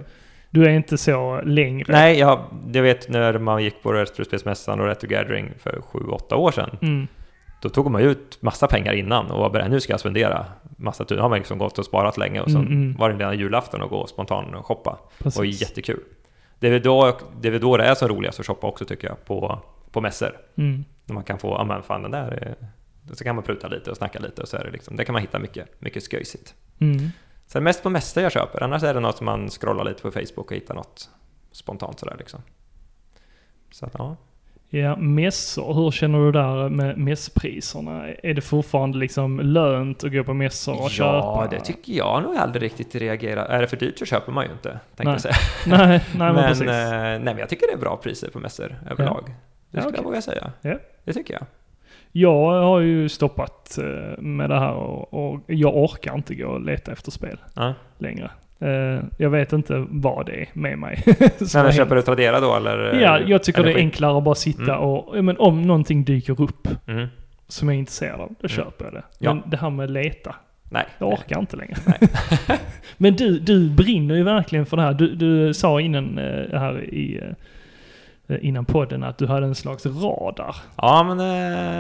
A: Du är inte så längre.
B: Nej, jag, jag vet när man gick på Retrospelsmässan och Retro Gathering för sju, åtta år sedan.
A: Mm.
B: Då tog man ju ut massa pengar innan och var beredd, nu ska jag spendera massa tur. Då har man liksom gått och sparat länge och sen
A: Mm, mm.
B: var det redan julafton och gå och spontan och shoppa.
A: Precis.
B: Och jättekul. Det är, väl då, det är väl då det är som roligast att shoppa också tycker jag, på, på mässor.
A: Mm.
B: När man kan få, ja men fan den där, är- så kan man pruta lite och snacka lite och så är det liksom, där kan man hitta mycket, mycket skojsigt.
A: Mm.
B: Så det är mest på mässor jag köper, annars är det något som man scrollar lite på Facebook och hittar något spontant sådär liksom. Så att, ja.
A: Ja, mässor. Hur känner du där med mässpriserna? Är det fortfarande liksom lönt att gå på mässor och köpa?
B: Ja, det tycker jag nog aldrig riktigt reagerar. Är det för dyrt så köper man ju inte, tänkte
A: Nej.
B: jag säga.
A: Nej, nej men,
B: men,
A: precis.
B: eh, nej, men jag tycker det är bra priser på mässor överlag. Det
A: Ja,
B: skulle
A: okej.
B: jag våga säga.
A: Ja.
B: Det tycker jag.
A: Jag har ju stoppat eh, med det här och, och jag orkar inte gå och leta efter spel
B: Ja.
A: längre. Eh, Jag vet inte vad det är med mig.
B: Men jag köper du Tradera då eller?
A: Ja, jag tycker det är
B: Energi?
A: enklare att bara sitta
B: Mm.
A: och, ja, men om någonting dyker upp
B: Mm.
A: som jag är intresserad av, då köper jag det.
B: Ja.
A: Men det här med leta,
B: Nej.
A: jag orkar inte längre. men du, du brinner ju verkligen för det här. Du, du sa innan, eh, här i, eh, innan podden att du hade en slags radar.
B: Ja, men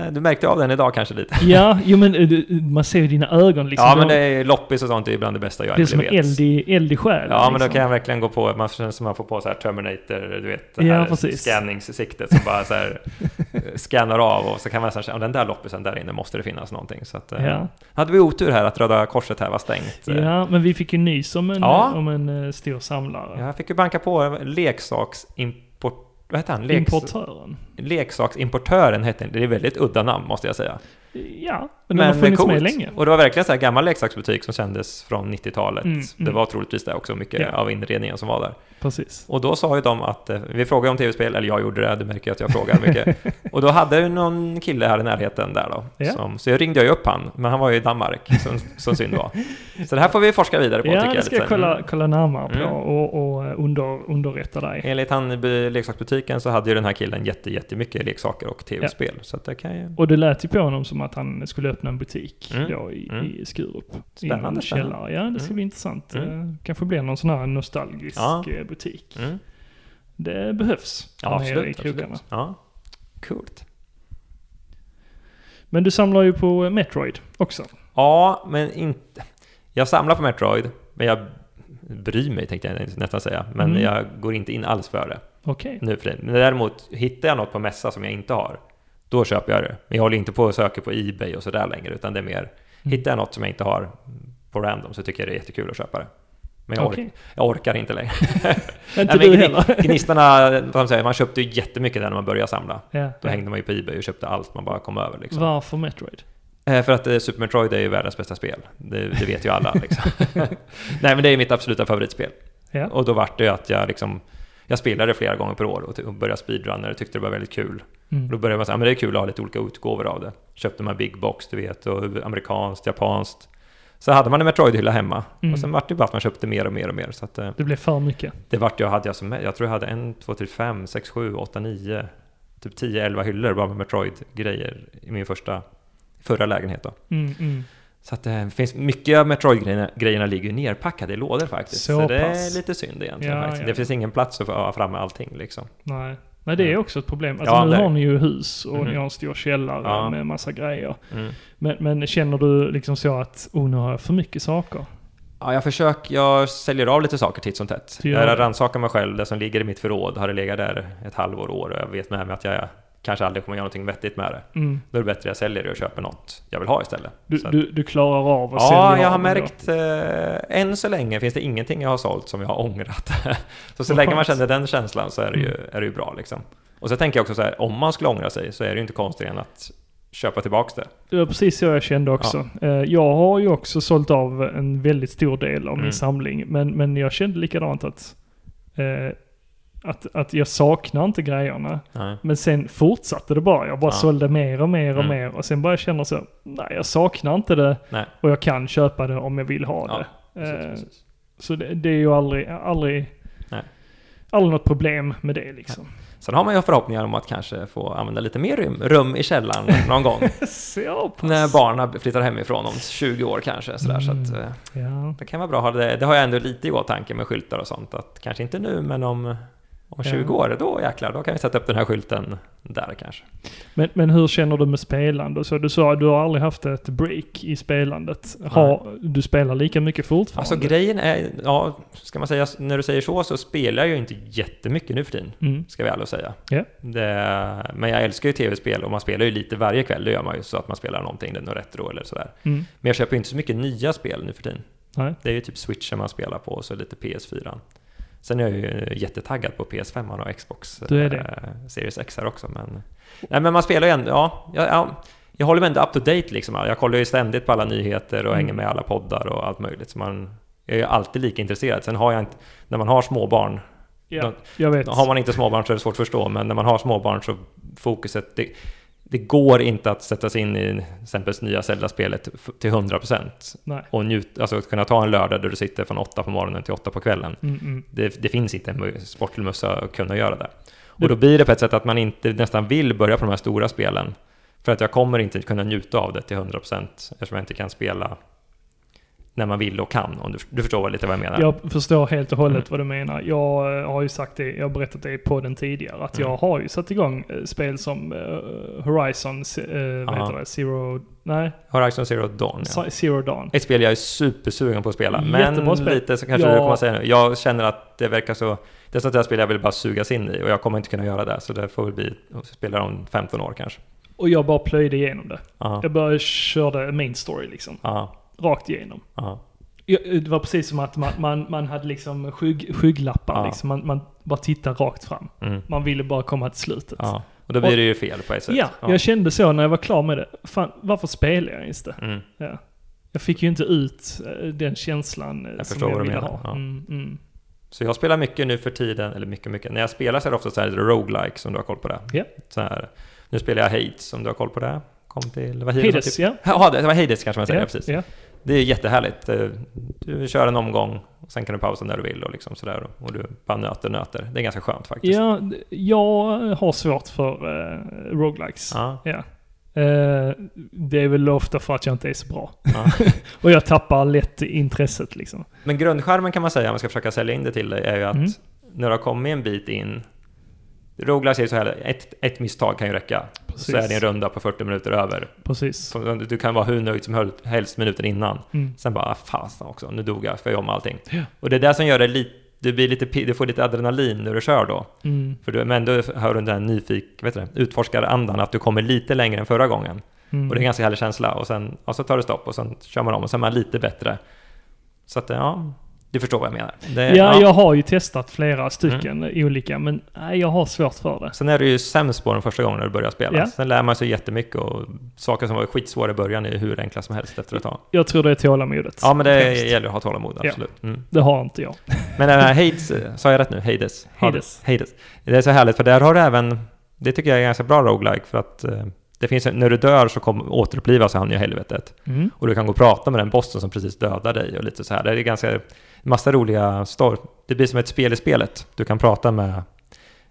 B: eh, du märkte av den idag kanske lite.
A: Ja, jo, men eh, du- man ser ju dina ögon liksom.
B: ja, men
A: De-
B: det är loppis och sånt är bland det bästa
A: Det
B: jag
A: är
B: vet.
A: som en eld i, eld i själen.
B: Ja, men då
A: liksom.
B: kan jag verkligen gå på, man känner som man får på så här Terminator, du vet, det
A: Ja,
B: här
A: precis.
B: scanningssiktet som bara så här eh, scannar av och så kan man nästan känna, "Ja, den där loppisen där inne måste det finnas någonting. Så att, eh,
A: Ja.
B: hade vi otur här att Röda Korset här var stängt. eh,
A: Ja, men vi fick ju nys om en,
B: Ja.
A: om en eh, stor samlare.
B: Jag fick ju banka på eh, leksaksimport... Vad heter han? Leks,
A: Importören.
B: leksaksimportören hette Det är väldigt udda namn måste jag säga.
A: Ja, men, den har funnits
B: coolt.
A: med länge.
B: Och det var verkligen så här gammal leksaksbutik som kändes från 90-talet.
A: Mm,
B: Det
A: mm.
B: var troligtvis det också, mycket
A: Ja.
B: av inredningen som var där.
A: Precis.
B: Och då sa ju de att, eh, vi frågade om tv-spel, eller jag gjorde det, du märker ju att jag frågar mycket. och då hade ju någon kille här i närheten där då.
A: Ja.
B: Som, så jag ringde ju upp han, men han var ju i Danmark, som, som synd var. Så det här får vi forska vidare på tycker
A: Ja,
B: jag.
A: det ska
B: lite
A: jag
B: sen.
A: kolla, kolla närmare på
B: Mm.
A: och, och eh, under, underrätta dig.
B: Enligt han be- leksaksbutiken så hade ju den här killen jätte, jättemycket leksaker och tv-spel. Så att det kan ju...
A: Och det lät ju på honom som att han skulle öppna en butik
B: Mm.
A: då i,
B: Mm.
A: i Skurup. I
B: Spännande,
A: någon
B: spännande.
A: källare. Ja, det ska
B: Mm.
A: bli intressant.
B: Mm.
A: Eh, Kanske blir någon sån här nostalgisk
B: Ja.
A: eh, butik.
B: Mm.
A: det behövs.
B: Ja,
A: här
B: absolut.
A: i krokarna.
B: absolut. Ja. Coolt.
A: Men du samlar ju på eh, Metroid också.
B: Ja, men inte... Jag samlar på Metroid, men jag bryr mig tänkte jag nästan säga. Men
A: Mm.
B: jag går inte in alls för det
A: Okej.
B: nu för tiden. Men däremot, hittar jag något på mässa som jag inte har, då köper jag det. Men jag håller inte på och söker på Ebay och sådär längre, utan det är mer,
A: Mm.
B: hittar jag något som jag inte har på random så tycker jag det är jättekul att köpa det. Men jag,
A: Okej.
B: ork, jag orkar inte längre.
A: Inte
B: Nej,
A: du
B: men
A: heller.
B: Gnistarna, som säger, man köpte ju jättemycket där när man började samla.
A: Ja.
B: Då hängde man ju på Ebay och köpte allt man bara kom över. Liksom.
A: Varför Metroid?
B: Eh, För att eh, Super Metroid är ju världens bästa spel. Det, det vet ju alla. Liksom. Nej men det är mitt absoluta favoritspel.
A: Ja.
B: Och då vart det ju att jag liksom, jag spelade flera gånger per år och, ty- och började speedrunna och tyckte det var väldigt kul.
A: Mm.
B: Och då började man säga, men det är kul att ha lite olika utgåvor av det. Köpte man Big Box, du vet, och amerikanskt, japanskt. Så hade man en Metroid-hylla hemma.
A: Mm.
B: Och sen vart det bara att man köpte mer och mer och mer. Så att, eh,
A: Det blev för mycket.
B: det vart jag, hade jag som, jag tror jag hade en, två, tre, fem, sex, sju, åtta, nio, typ 10, 11 hyllor bara med Metroid-grejer i min första, förra lägenhet då.
A: Mm, mm.
B: Så att eh, det finns mycket av Metroid-grejerna grejerna ligger ju nerpackade i lådor faktiskt.
A: Så
B: Så, det
A: pass.
B: är lite synd egentligen.
A: Ja,
B: faktiskt.
A: ja.
B: Det finns ingen plats att få ha framme allting liksom.
A: Nej. Nej, det är
B: Ja.
A: också ett problem. Alltså
B: Ja,
A: nu
B: det är-
A: har ni ju hus och ni
B: Mhm.
A: har en stor källare
B: Ja.
A: med massa grejer.
B: Mm.
A: Men, men känner du liksom så att, oh nu har jag för mycket saker?
B: Ja, jag försöker, jag säljer av lite saker titt som tätt.
A: Du gör
B: Jag
A: det.
B: rannsakar mig själv, det som ligger i mitt förråd har det legat där ett halvår, år och jag vet med mig att jag kanske aldrig kommer göra någonting vettigt med det.
A: Mm.
B: Då är det bättre jag säljer det och köper något jag vill ha istället.
A: Du,
B: Så att-
A: du, du klarar av att sälja
B: Ja, jag har
A: av ändå.
B: märkt, eh, än så länge finns det ingenting jag har sålt som jag har ångrat. så så länge man
A: skönt.
B: känner den känslan så är det ju, är det ju bra liksom. Och så tänker jag också så här, om man skulle ångra sig så är det ju inte konstigt än att köpa tillbaka det.
A: Det var precis så jag kände också. Eh, Jag har ju också sålt av en väldigt stor del av min
B: Mm.
A: samling. Men, men jag kände likadant att, eh, att, att jag saknar inte grejerna.
B: Nej.
A: Men sen fortsatte det bara. Jag bara
B: Ja.
A: sålde mer och mer och
B: Mm.
A: mer. Och sen bara jag känner så, nej jag saknar inte det.
B: Nej.
A: Och jag kan köpa det om jag vill ha
B: Ja,
A: det.
B: Precis,
A: Eh,
B: precis.
A: Så det, det är ju aldrig, aldrig,
B: Nej.
A: aldrig något problem med det liksom.
B: Sen har man ju förhoppningar om att kanske få använda lite mer rum, rum i källaren någon gång.
A: Så pass.
B: när barnen flyttar hemifrån om 20 år kanske. Sådär, så att, eh,
A: Ja.
B: det kan vara bra att ha det. Det har jag ändå lite i åtanke med skyltar och sånt. Att kanske inte nu, men om, om
A: Ja.
B: 20 år, då jäklar, då kan vi sätta upp den här skylten där kanske.
A: Men, men hur känner du med spelande? och Så du sa att du har aldrig haft ett break i spelandet. Har, du spelar lika mycket fortfarande?
B: Alltså grejen är, ja, ska man säga, när du säger så så spelar jag ju inte jättemycket nu för tiden,
A: mm.
B: ska vi ärligt säga.
A: Ja.
B: Det, men jag älskar ju tv-spel och man spelar ju lite varje kväll, det gör man ju, så att man spelar någonting, det är något retro eller sådär.
A: Mm.
B: Men jag köper ju inte så mycket nya spel nu för tiden.
A: Nej.
B: Det är ju typ switchen man spelar på och så lite PS4. Sen är jag ju jättetaggad på PS5 och Xbox
A: Du är det.
B: eh, Series X här också. Men, nej, men man spelar ju ändå, ja, jag, ja, jag håller mig ändå up to date liksom. Jag kollar ju ständigt på alla nyheter och
A: Mm.
B: hänger med i alla poddar och allt möjligt. Så man jag är ju alltid lika intresserad. Sen har jag inte, när man har småbarn,
A: Ja, jag vet.
B: har man inte småbarn så är det svårt att förstå, men när man har småbarn så fokuset, det, det går inte att sätta sig in i till exempel nya Zelda-spelet f- till 100%
A: Nej.
B: och njut, alltså att kunna ta en lördag där du sitter från 8 på morgonen till 8 på kvällen.
A: Mm, mm.
B: Det, det finns inte en mö- sportig mössa att kunna göra det. Och då blir det på ett sätt att man inte nästan vill börja på de här stora spelen. För att jag kommer inte kunna njuta av det till 100% eftersom jag inte kan spela när man vill och kan. Om du, du förstår vad- lite vad jag menar.
A: Jag förstår helt och hållet
B: Mm.
A: vad du menar. Jag eh, har ju sagt det, jag har berättat det i podden tidigare, att jag
B: Mm.
A: har ju satt igång eh, spel som eh, Horizon, eh, vad
B: Aha.
A: heter det, Zero, nej,
B: Horizon Zero Dawn. Ja.
A: Sa- Zero Dawn.
B: Ett spel jag är supersugen på att spela,
A: Jättebra
B: men
A: spel.
B: lite så kanske
A: Ja.
B: du kommer säga nu. Jag känner att det verkar så... Det är sånt där spel jag vill bara sugas in i och jag kommer inte kunna göra det. Så det får väl bli att spela om 15 år kanske.
A: Och jag bara plöjde igenom det.
B: Ja,
A: Jag bara körde main story liksom,
B: ja,
A: rakt igenom.
B: ja.
A: Ja, Det var precis som att man, man, man hade liksom skygg, skygglappar,
B: Ja.
A: liksom. Man, man bara tittar rakt fram.
B: Mm.
A: Man ville bara komma till slutet.
B: Ja, och då blir det ju fel på ett sätt.
A: Ja, jag kände så när jag var klar med det. Fan, varför spelar jag ens det?
B: Mm.
A: Ja. Jag fick ju inte ut eh, den känslan eh,
B: Jag
A: som
B: förstår
A: jag
B: vad du
A: ville
B: menar,
A: ha.
B: ja.
A: Mm, mm.
B: Så jag spelar mycket nu för tiden, eller mycket, mycket. När jag spelar så är det ofta så här roguelike som du har koll på det.
A: Ja.
B: Så här, nu spelar jag Hades om du har koll på det. Kom till, vad heter det?
A: Hades, ja.
B: typ- Ja, det var Hades kanske man säger,
A: ja,
B: precis.
A: ja.
B: Det är jättehärligt. Eh, Du kör en omgång, och sen kan du pausa när du vill och liksom sådär. Och du bara nöter, nöter. Det är ganska skönt faktiskt.
A: ja, d- jag har svårt för uh, roguelikes.
B: Ja,
A: Ja. Eh, det är väl ofta för att jag inte är så bra.
B: ja.
A: Och jag tappar lätt intresset liksom.
B: Men grundskärmen kan man säga, om man ska försöka sälja in det till dig, är ju att
A: Mm.
B: när du har kommit en bit in Roguelike säger så här, ett, ett misstag kan ju räcka. Så är
A: Precis.
B: din runda på 40 minuter över.
A: Precis.
B: Så Du kan vara hur nöjd som höl- helst minuten innan.
A: Mm.
B: Sen bara, "Ah, fasen också, nu dog jag, för jag gör om allting.
A: Ja.
B: Och det är det som gör det lite, du, blir lite, pi- du får lite adrenalin när du kör då.
A: Mm.
B: För du, men då hör du den här nyfik, vet du det, utforskarandan, att du kommer lite längre än förra gången.
A: Mm.
B: Och det är en ganska härlig känsla. Och sen och så tar det stopp och sen kör man om och sen är man lite bättre. Så att, ja, du förstår vad jag menar. Det,
A: ja, jag har ju testat flera stycken
B: Mm.
A: olika, men nej, jag har svårt för det.
B: Sen är du ju sämst på den första gången när du börjar spela.
A: Ja.
B: Sen lär man sig jättemycket och saker som var skitsvåra i början är hur enkla som helst efter ett tag.
A: Jag tror det är tålamodet.
B: Ja, men det
A: främst.
B: gäller att ha tålamod,
A: Ja.
B: absolut. Mm.
A: Det har inte jag.
B: Men den här Hades, sa jag rätt nu? Hades.
A: Hades.
B: Hades. Det är så härligt, för där har du även, det tycker jag är ganska bra roguelike för att eh, det finns, en- när du dör så kom, återupplivas han i helvetet.
A: Mm.
B: Och du kan gå och prata med den bossen som precis dödade dig och lite så här. Det är ganska, massa roliga story. Det blir som ett spel i spelet. Du kan prata med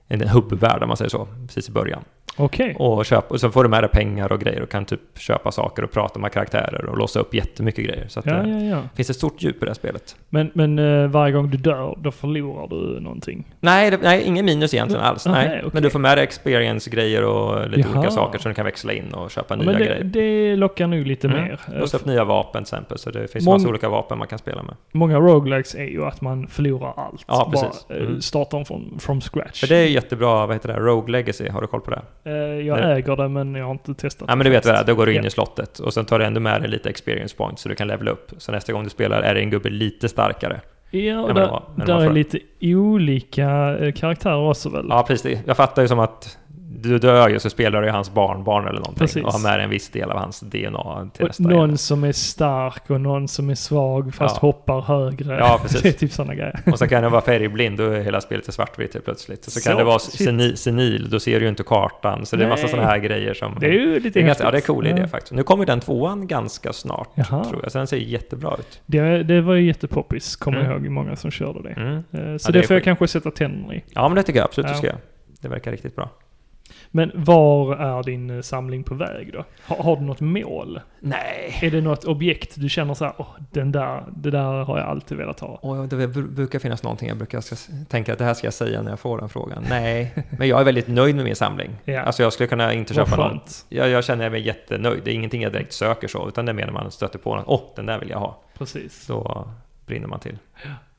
B: en hubbvärld om man säger så, precis i början.
A: Okej.
B: Och, köp, och så får du med dig pengar och grejer och kan typ köpa saker och prata med karaktärer och låsa upp jättemycket grejer. Så att eh,
A: Ja,
B: det
A: ja, ja.
B: finns ett stort djup i det här spelet.
A: Men, men eh, varje gång du dör, då förlorar du någonting.
B: Nej, det, nej ingen minus egentligen alls.
A: Nej,
B: Nej.
A: okej.
B: Men du får med dig experience-grejer och lite
A: Jaha.
B: olika saker som du kan växla in och köpa
A: men
B: nya
A: det,
B: grejer.
A: det lockar nog lite
B: Mm.
A: mer. Eh,
B: Låsa upp nya vapen till exempel, så det finns
A: Mång-
B: massa olika vapen man kan spela med.
A: Eh, Många roguelikes är ju att man förlorar allt.
B: Ja, precis.
A: Bara, eh,
B: Mm.
A: Startar från from scratch.
B: För det är ju jättebra, vad heter det, Rogue Legacy, har du koll på det?
A: Eh, jag
B: Nej.
A: äger det, men jag har inte testat
B: Ja men du vet vad det är,
A: faktiskt.
B: då går du in
A: Ja.
B: i slottet och sen tar du ändå med dig lite experience points så du kan levela upp. Så nästa gång du spelar är din gubbe lite starkare.
A: Ja, och
B: men det var-
A: där,
B: men det var
A: där är
B: förr.
A: lite olika eh, karaktärer också väl?
B: Ja precis, Det- jag fattar ju som att du dör ju så spelar du ju hans barnbarn eller någonting
A: Precis.
B: och har med dig en viss del av hans DNA till
A: och
B: nästa.
A: någon
B: gen.
A: som är stark och någon som är svag fast
B: Ja.
A: hoppar högre.
B: Ja, precis.
A: det är typ sådana grejer.
B: Och så kan du vara färgblind, då är hela spelet är svartvitt helt plötsligt. Så,
A: Så,
B: kan du vara
A: shit.
B: senil, senil, då ser du ju inte kartan. Så det är massa
A: Nej.
B: sådana här grejer som...
A: Det är ju lite
B: det är ganska,
A: häftigt.
B: ja, det är en cool
A: Ja.
B: idé faktiskt. Nu kommer den tvåan ganska snart,
A: Jaha.
B: tror jag. Så den ser jättebra ut.
A: Det, det var ju jättepoppis, kommer
B: Mm.
A: jag ihåg, många som körde det.
B: Mm.
A: Eh, Så
B: Ja,
A: det,
B: det är
A: får jag
B: skit.
A: kanske sätta tänderna i.
B: Ja, men det tycker jag absolut
A: Ja.
B: du ska göra. Det verkar riktigt bra.
A: Men var är din eh, samling på väg då? Har, har du något mål?
B: Nej,
A: Är det något objekt du känner så här, "Åh, den där, det där har jag alltid velat ha?
B: Och det br- brukar finnas någonting jag brukar ska, tänka att det här ska jag säga när jag får den frågan. Nej, men jag är väldigt nöjd med min samling.
A: Ja.
B: Alltså jag skulle kunna inte
A: Vad
B: köpa någon.
A: skönt.
B: Jag, jag känner mig jättenöjd. Det är ingenting jag direkt söker så, utan det är mer när man stöter på något. Åh, oh, den där vill jag ha.
A: Precis.
B: Så brinner man till.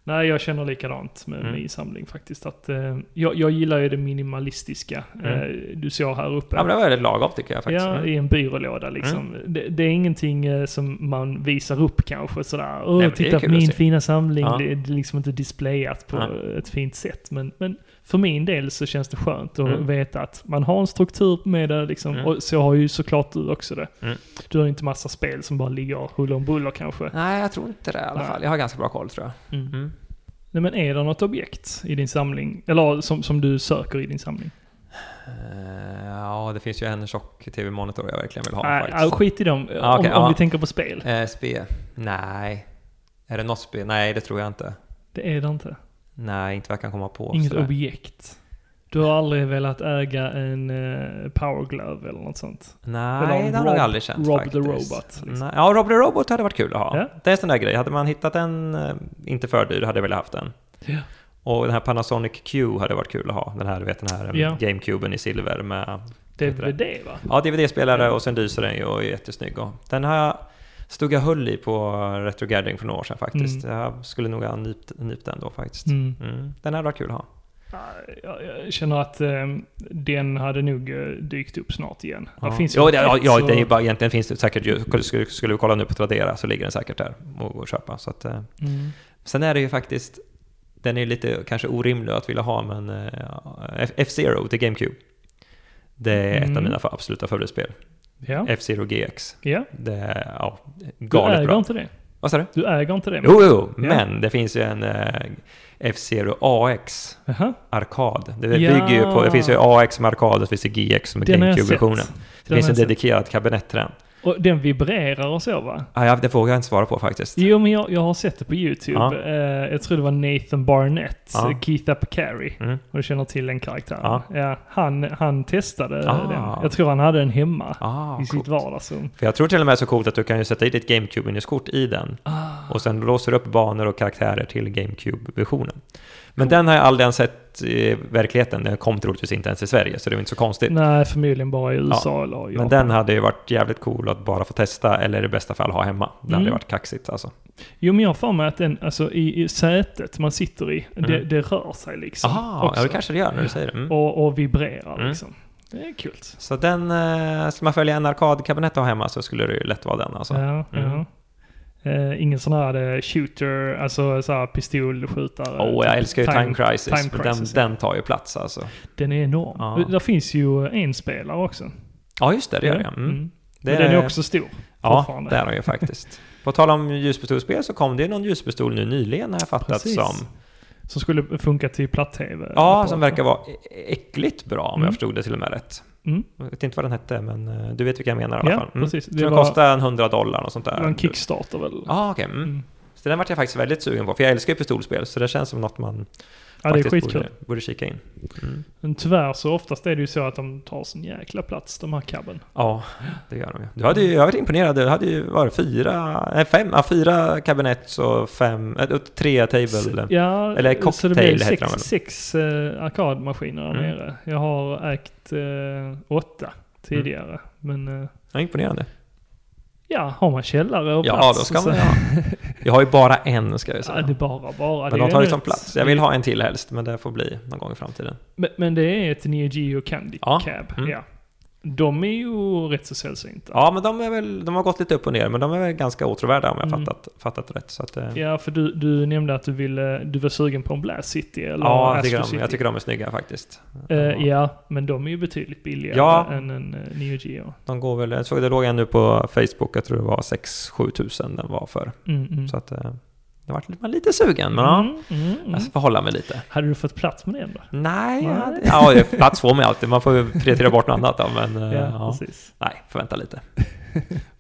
A: Nej, jag känner likadant med
B: Mm.
A: min samling faktiskt. Att, eh, jag, jag gillar ju det minimalistiska
B: Mm.
A: eh, du såg här uppe.
B: Ja, men det var väldigt lagom tycker jag faktiskt.
A: Ja,
B: Mm.
A: i en byrålåda liksom. Det, det är ingenting eh, som man visar upp kanske sådär. Åh,
B: men det är
A: titta på
B: kul att
A: min
B: se."
A: fina samling.
B: Ja.
A: Det, är liksom inte displayat på
B: Ja.
A: ett fint sätt. Men, men för min del så känns det skönt att
B: Mm.
A: veta att man har en struktur med det liksom.
B: Mm.
A: Och så har ju såklart du också det.
B: Mm.
A: Du har ju inte massa spel som bara ligger huller om buller kanske.
B: Nej, jag tror inte det i alla
A: Nej.
B: fall. Jag har ganska bra koll tror jag.
A: Mm.
B: Mm.
A: Nej, men är det något objekt i din samling? Eller som, som du söker i din samling?
B: Eh, Ja, det finns ju en tjock tv-monitor jag verkligen vill ha
A: Nej,
B: faktiskt.
A: äh, skit i dem.
B: Ja, okej,
A: om om
B: ja.
A: vi tänker på spel.
B: Eh, spe? Nej. Är det något spe? Nej, det tror jag inte.
A: Det är det inte.
B: Nej, inte vad jag kan komma på.
A: Inget
B: sådär.
A: objekt. Du har aldrig velat äga en uh, power glove eller något sånt? Eller
B: Nej,
A: om
B: det har jag
A: Rob-
B: aldrig känt
A: Rob the
B: faktiskt.
A: Robot, liksom.
B: Nej, ja, Rob the Robot hade varit kul att ha.
A: Ja.
B: Det är en sån där grej. Hade man hittat en, eh, inte för dyr, hade jag velat haft den.
A: Ja.
B: Och den här Panasonic Q hade varit kul att ha. Den här, du vet den här eh,
A: Ja.
B: GameCuben i silver med... heter det?
A: DVD va?
B: Ja, DVD-spelare och sen lyser den ju och är jättesnygg. Och den har jag, stod jag höll i på Retro Gathering för några år sedan faktiskt. Jag skulle nog ha nypt, nypt den då faktiskt.
A: Mm.
B: Mm. Den hade varit kul att ha.
A: Nej, Jag, jag känner att eh, den hade nog eh, dykt upp snart igen.
B: Ja.
A: Det finns
B: jo,
A: ju
B: det, ja,
A: ett,
B: ja,
A: så-
B: det är ju bara, egentligen finns det säkert ju, skulle, skulle vi kolla nu på Tradera så ligger den säkert där och går att köpa. Så att, eh.
A: Mm.
B: Sen är det ju faktiskt, den är ju lite kanske orimlig att vilja ha, men eh, ja, F- F-Zero till GameCube. Det är ett
A: Mm.
B: av mina fa- absoluta favoritspel.
A: Ja.
B: F-Zero GX.
A: ja.
B: Det är ja,
A: Du
B: Mm. galet
A: äger
B: bra.
A: inte det.
B: Vad sa du?
A: Du äger inte det.
B: Jo, jo,
A: Ja.
B: men det finns ju en eh, F-Zero AX
A: Jaha.
B: arkad. Det
A: Ja.
B: bygger ju på, det finns ju AX som arkad och det finns ju GX som är
A: Den har jag sett.
B: GameCube-versionen. Det
A: Den
B: finns
A: har
B: en
A: jag sett.
B: dedikerad kabinett till den.
A: Och den vibrerar och så va?
B: Ah, ja, det vågar jag inte svara på faktiskt.
A: Jo, men jag, jag har sett det på YouTube.
B: Ja.
A: Eh, jag tror det var Nathan Barnett,
B: Ja.
A: eh, Keith Apicary.
B: Mm.
A: Och du känner till den karaktären?
B: Ja.
A: han, han testade
B: Ah.
A: den. Jag tror han hade den hemma
B: Ah,
A: i sitt
B: coolt.
A: vardagsrum.
B: För jag tror till och med så coolt att du kan ju sätta i ditt GameCube-minneskort i den.
A: Ah.
B: Och sen låser du upp banor och karaktärer till GameCube-versionen. Men den har jag aldrig ens sett i verkligheten. Den kom troligtvis inte ens i Sverige, så det var inte så konstigt.
A: Nej, förmodligen bara i USA eller Japan.
B: Men den hade ju varit jävligt cool att bara få testa, eller i bästa fall ha hemma. Det hade
A: Mm.
B: ju varit kaxigt alltså.
A: Jo, men jag har för mig att den, alltså i, i sätet man sitter i,
B: Mm.
A: det, det rör sig liksom.
B: Aha, ja,
A: också.
B: det kanske det gör när du säger det. Mm.
A: och, och vibrerar
B: Mm.
A: liksom. Det är kul.
B: Så den, eh, skulle man följa en arkadkabinett och ha hemma så skulle det ju lätt vara den alltså.
A: Ja,
B: Mm.
A: ja. Eh, ingen sån här eh, shooter, alltså så här pistolskjutare.
B: Åh, jag älskar ju Time, Crisis.
A: Time
B: men
A: Crisis,
B: den, den tar ju plats alltså.
A: Den är enorm.
B: Ja.
A: Där finns ju eh, en spelare också.
B: Ja, just det, det gör jag. Mm.
A: Men den är också stor.
B: Ja,
A: fortfarande.
B: det är de ju faktiskt. På tal om ljuspistolspel så kom det ju någon ljuspistol nu nyligen har jag fattat
A: Precis.
B: som.
A: Som skulle funka till platt-tv.
B: Ja, som verkar vara ä- äckligt bra om jag
A: Mm.
B: förstod det till och med rätt.
A: Mm.
B: Jag vet inte vad den hette, men eh, du vet vilka jag menar i alla
A: Ja,
B: fall.
A: precis.
B: Så
A: Det
B: den
A: var-
B: kostade en 100 dollar och sånt där.
A: Det var en Kickstarter väl?
B: Ja, okej. Mm.
A: Mm.
B: Så den vart jag faktiskt väldigt sugen på, för jag älskar ju pistolspel, så det känns som något man
A: Ja, det är
B: faktiskt
A: skitkul.
B: borde, borde kika in. Mm.
A: Men tyvärr så oftast är det ju så att de tar sin jäkla plats, de här kabben.
B: Ja, det gör de ju. Du hade ju, jag var imponerad, du hade ju varit fyra, nej, fem, ja, fyra kabinett och fem, äh, och tre table.
A: Ja,
B: Eller
A: så det blir
B: cocktail heter
A: sex,
B: de väl?
A: sex eh, arkadmaskiner där
B: Mm.
A: nere. Jag har ägt eh, åtta
B: Mm.
A: tidigare. Men eh,
B: Ja, imponerande.
A: ja, har man källare och
B: Ja,
A: plats.
B: då ska
A: så-
B: man ha. Jag har ju bara en ska jag säga.
A: Ja, det är bara, bara. det
B: men
A: är
B: de tar
A: ju
B: ju som
A: ett-
B: plats. Jag vill ha en till helst, men det får bli någon gång i framtiden.
A: Men, men det är ett Neo Geo Candy
B: Ja,
A: Cab.
B: mm.
A: Ja. De är ju rätt så sällsynta.
B: Ja, men de, är väl, de har gått lite upp och ner, men de är väl ganska åtråvärda om jag
A: Mm.
B: fattat, fattat rätt. Så att, eh,
A: Ja, för du, du nämnde att du, ville, du var sugen på en Blast City eller
B: ja, jag
A: Astro
B: tycker, de,
A: City.
B: jag tycker de är snygga faktiskt.
A: Eh, ja, men de är ju betydligt billigare
B: Ja.
A: än en eh, Neo Geo.
B: De går väl, jag såg det låg en nu på Facebook, jag tror det var 6-7 tusen den var för.
A: Mm, mm.
B: Så att eh, det vart man lite sugen, men ja, Alltså.
A: Mm, mm, mm.
B: jag får hålla mig lite.
A: Hade du fått plats med den då?
B: Nej,
A: Nej.
B: jag- ja, det- plats får mig alltid. Man får ju prioritera bort något annat då, men eh,
A: Ja,
B: ja.
A: precis.
B: Nej, får vänta lite.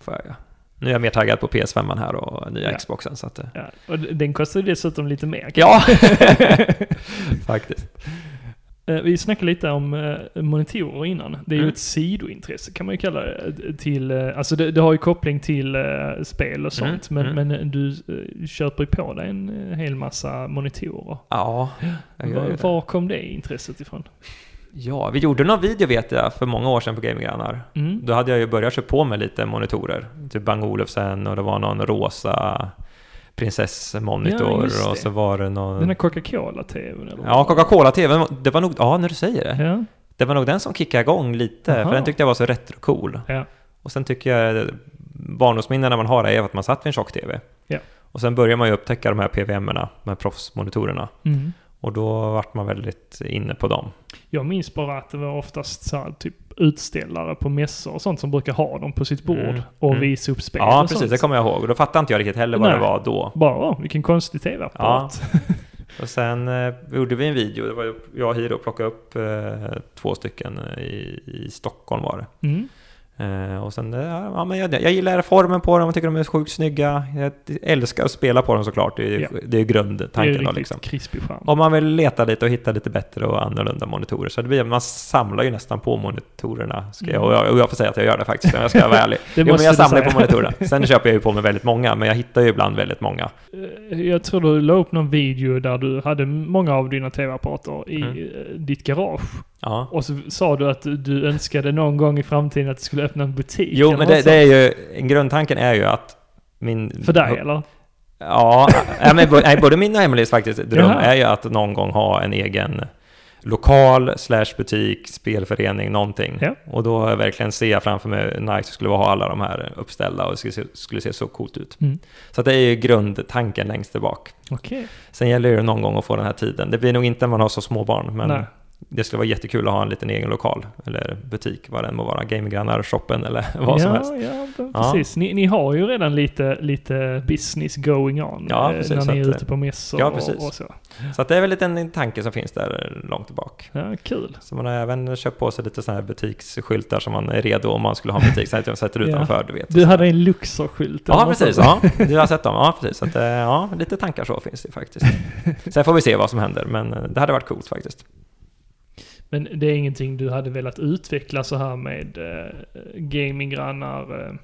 B: får jag, ja. Nu är jag mer taggad på PS5 här och nya
A: Ja.
B: Xboxen. Så att, eh,
A: Ja. Och d- den kostar ju dessutom lite mer.
B: ja, faktiskt.
A: Eh, Vi snackade lite om eh, monitorer innan. Det är ju
B: Mm.
A: ett sidointresse kan man ju kalla det. Till, eh, alltså det, det har ju koppling till eh, spel och sånt.
B: Mm,
A: Men, men du eh, köper ju på dig en eh, hel massa monitorer.
B: Ja, jag gör
A: Var,
B: ju det.
A: var kom det intresset ifrån?
B: ja, vi gjorde någon video vet jag för många år sedan på Gaminggrannar.
A: Mm.
B: Då hade jag ju börjat köpa på mig lite monitorer. Typ Bang Olufsen och det var någon rosa
A: Ja,
B: prinsessmonitor
A: just det.
B: och så var det någon...
A: Den här Coca-Cola-tvn eller?
B: Ja, Coca-Cola-TV, det var nog... Ja, när du säger det.
A: Ja,
B: Det var nog den som kickade igång lite,
A: Aha.
B: för den tyckte jag var så retro-cool.
A: ja.
B: Och sen tycker jag barndomsminnena man har är att man satt vid en tjock-TV.
A: Ja.
B: Och sen börjar man ju upptäcka de här PVM-erna, de här proffsmonitorerna.
A: Mm.
B: Och då vart man väldigt inne på dem.
A: Jag minns bara att det var oftast så här, typ utställare på mässor och sånt som brukar ha dem på sitt bord
B: Mm.
A: och
B: Mm.
A: visa upp spel
B: ja,
A: och
B: precis,
A: sånt.
B: det kommer jag ihåg. Och då fattade inte jag riktigt heller vad
A: Nej.
B: det var då.
A: Bara, "Åh, vilken konstig tv-apparat.
B: Och sen eh, gjorde vi en video, det var ju jag och Hiro plockade upp eh, två stycken eh, i, i Stockholm var det.
A: Mm.
B: Eh, och sen, eh, ja, men jag, jag gillar formen på dem, jag tycker de är sjukt snygga. Jag älskar att spela på dem såklart, det är ju
A: Ja.
B: det är ju
A: Det är ju
B: grundtanken. då,
A: riktigt
B: liksom.
A: krispig skärm.
B: Om man vill leta lite och hitta lite bättre och annorlunda monitorer. Så det blir, man samlar ju nästan på monitorerna. Ska jag, och, jag, och jag får säga att jag gör det faktiskt, om jag ska vara ärlig.
A: Mm. Det
B: jo, men
A: måste
B: jag
A: du
B: samlar ju
A: säga.
B: på monitorerna. Sen köper jag ju på mig väldigt många, men jag hittar ju ibland väldigt många.
A: Eh, Jag tror du la upp någon video där du hade många av dina tv-apparater i
B: Mm.
A: eh, ditt garage.
B: Ja.
A: Och så sa du att du önskade någon gång i framtiden att du skulle öppna en butik.
B: Jo,
A: eller
B: men
A: något
B: det, det är ju, grundtanken är ju att min...
A: sånt. För dig eller?
B: Ja, nej, men bo- nej, både min och Emelies faktiskt dröm
A: Jaha.
B: är ju att någon gång ha en egen lokal slash butik, spelförening, någonting.
A: Ja.
B: Och då har jag verkligen ser jag framför mig hur nice det skulle vara att ha alla de här uppställda och det skulle se, skulle se så coolt ut.
A: Mm.
B: Så att det är ju grundtanken längst tillbaka.
A: Okej.
B: Sen gäller det ju någon gång att få den här tiden. Det blir nog inte när man har så små barn, men
A: Nej.
B: det skulle vara jättekul att ha en liten egen lokal eller butik, vad den må vara, gaminggrannar, shoppen eller vad som
A: ja,
B: helst.
A: Ja, b-
B: Ja.
A: precis. Ni, ni har ju redan lite, lite business going on
B: Ja,
A: eh,
B: precis, så
A: när ni
B: att,
A: är
B: eh,
A: ute på mässor
B: ja, precis.
A: och, och så.
B: Så att det är väl en liten tanke som finns där långt tillbaka.
A: Ja, kul.
B: Så man har även köpt på sig lite sådana här butiksskyltar som man är redo om man skulle ha en butik, så att man sätter
A: Ja.
B: utanför, du vet.
A: Du hade en Luxor-skylt. eller
B: Ja,
A: något
B: precis.
A: sånt.
B: Ja, du har sett dem. Ja, precis. Så att, eh, ja, lite tankar så finns det faktiskt. Sen får vi se vad som händer, men eh, det hade varit coolt faktiskt.
A: Men det är ingenting du hade velat utveckla så här med eh, gaminggrannar? Eh,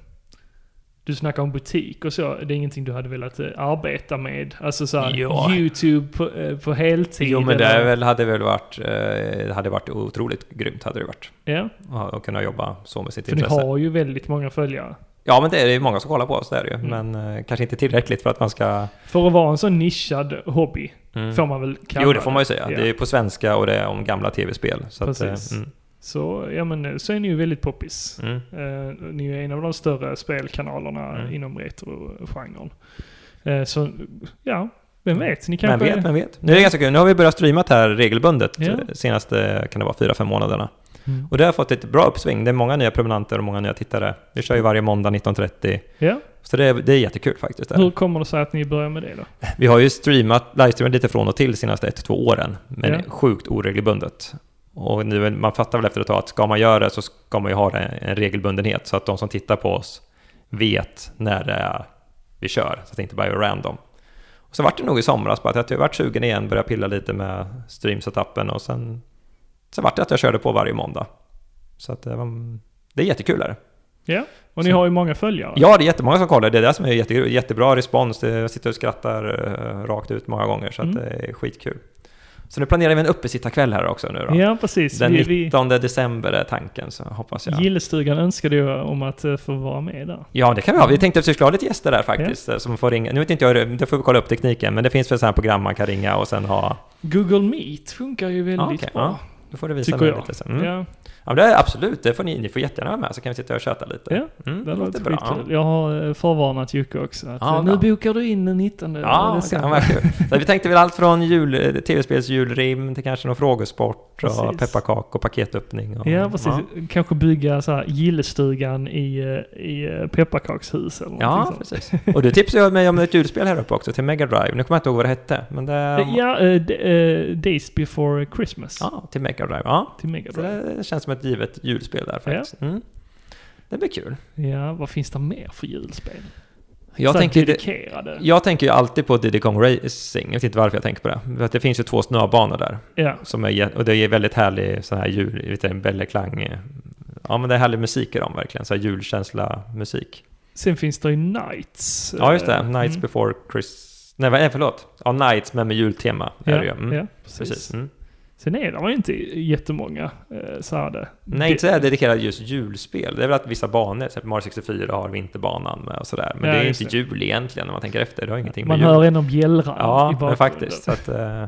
A: du snackar om butik och så, det är ingenting du hade velat eh, arbeta med? Alltså såhär,
B: Ja.
A: YouTube på, eh, på heltid?
B: Jo, men det
A: eller-
B: är väl, hade väl varit, eh, hade varit otroligt grymt hade det varit.
A: Ja,
B: Ja, Att kunna jobba så med sitt
A: för ni
B: intresse.
A: har ju väldigt många följare.
B: Ja, men det är ju många som kollar på oss, det är det ju.
A: Mm.
B: Men eh, kanske inte tillräckligt för att man ska...
A: För att vara en sån nischad hobby, får man väl kalla
B: Mm. Jo, det får man ju säga.
A: Mm. Ja.
B: Det är ju på svenska och det är om gamla tv-spel. Så att, eh,
A: Precis.
B: mm,
A: Så, ja men eh, så är ni ju väldigt poppis.
B: mm.
A: Eh, ni är en av de större spelkanalerna
B: Mm.
A: inom retrogenren. Eh, så, ja, vem vet? Ni
B: Mm. Vem
A: kanske...
B: vet, vem vet. Nu är det ganska kul. Nu har vi börjat streama det här regelbundet
A: Ja.
B: eh, senaste, kan det vara, fyra, fem månaderna.
A: Mm.
B: Och det har fått ett bra uppsving. Det är många nya prenumeranter och många nya tittare. Vi kör ju varje måndag 19.30.
A: Ja,
B: Så det är, det är jättekul faktiskt.
A: hur kommer det sig att ni börjar med det då?
B: Vi har ju streamat, livestreamat lite från och till senaste ett, två åren, men
A: Ja.
B: sjukt oregelbundet. Och nu, är- man fattar väl efter ett tag att ska man göra det så ska man ju ha det- en regelbundenhet så att de som tittar på oss vet när det är vi kör, så att det inte bara är random. Och så vart det nog i somras bara att jag vart sugen igen, började pilla lite med streamsetappen och sen så vart det att jag körde på varje måndag. Så att det, var, det är jättekul är det.
A: Ja, och ni
B: Så-
A: har ju många följare.
B: Ja, det är jättemånga som kollar. Det är det som är jätte, jättebra respons. Det- Jag sitter och skrattar eh, rakt ut många gånger, så att
A: Mm.
B: det är skitkul. Så nu planerar vi en uppesittarkväll här också nu då.
A: Ja, precis.
B: Den
A: vi, vi,
B: 19 december är tanken, så hoppas jag.
A: Gillestugan önskade ju om att eh, få vara med där.
B: Ja, det kan vi ha. Vi tänkte att vi skulle ha lite gäster där faktiskt, eh, som får ringa. Nu vet inte jag, hur det det får vi kolla upp tekniken, men det finns väl sådana här program man kan ringa och sen ha...
A: Google Meet funkar ju
B: Ja,
A: väldigt
B: Ah, okej,
A: bra.
B: ja. Då får du visa
A: Tycker
B: mig
A: jag.
B: lite sen. Mm. Ja.
A: Ja,
B: men det är absolut, det får ni, ni får jättegärna vara med så kan vi sitta och köta lite.
A: Ja,
B: mm,
A: det låter bra. Jag har eh, förvarnat Jocke också. Att,
B: Ja,
A: eh, nu
B: Ah, bra. Ah,
A: bokar du in den 19
B: Ja, det
A: december.
B: kan vara kul. Så vi tänkte väl allt från jul, tv-spels julrim till kanske någon frågesport och
A: Precis.
B: pepparkak och paketöppning. Och,
A: Ja, precis. Kanske bygga så här gillestugan i, eh, i eh, pepparkakshus eller någonting
B: Ja,
A: sånt.
B: precis. Och du tipsade ju mig om ett julspel här uppe också till Mega Drive. Nu kommer jag inte ihåg vad det hette, men det...
A: Eh, Ja, eh, d- eh, Days before Christmas
B: ehm, Ja, till Mega Drive. Ja,
A: till Mega
B: så
A: Drive.
B: det känns som ett givet julspel där faktiskt. Mm. Det blir kul.
A: Ja, vad finns det mer för julspel?
B: Jag
A: så här
B: tänker,
A: dedikerade.
B: jag tänker ju alltid på Diddy Kong Racing. Jag vet inte varför jag tänker på det. För att det finns ju två snöbanor där.
A: Ja,
B: Som är, jä- och det är väldigt härlig sån här jul, vet du, en bälleklang. eh, Ja men det är härlig musik i dem verkligen, så här julkänsla musik.
A: sen finns det ju Nights.
B: Ja just det,
A: eh,
B: Nights
A: mm.
B: before Chris... Nej vad- nej, förlåt, ja Nights men med jultema är
A: Ja,
B: det ju. Mm,
A: ja precis.
B: precis. Mm.
A: Sen är det var ju inte jättemånga eh, så här det.
B: Nej inte så här dedikerat just julspel, det är väl att vissa banor, till exempel Mario 64 har vinterbanan med och sådär. Men
A: Ja,
B: det är
A: just
B: inte jul egentligen när man tänker efter, det har ingenting
A: Man
B: med
A: hör
B: jul.
A: en om bjällran i
B: Ja,
A: bakgrunden.
B: men faktiskt. Så att, eh,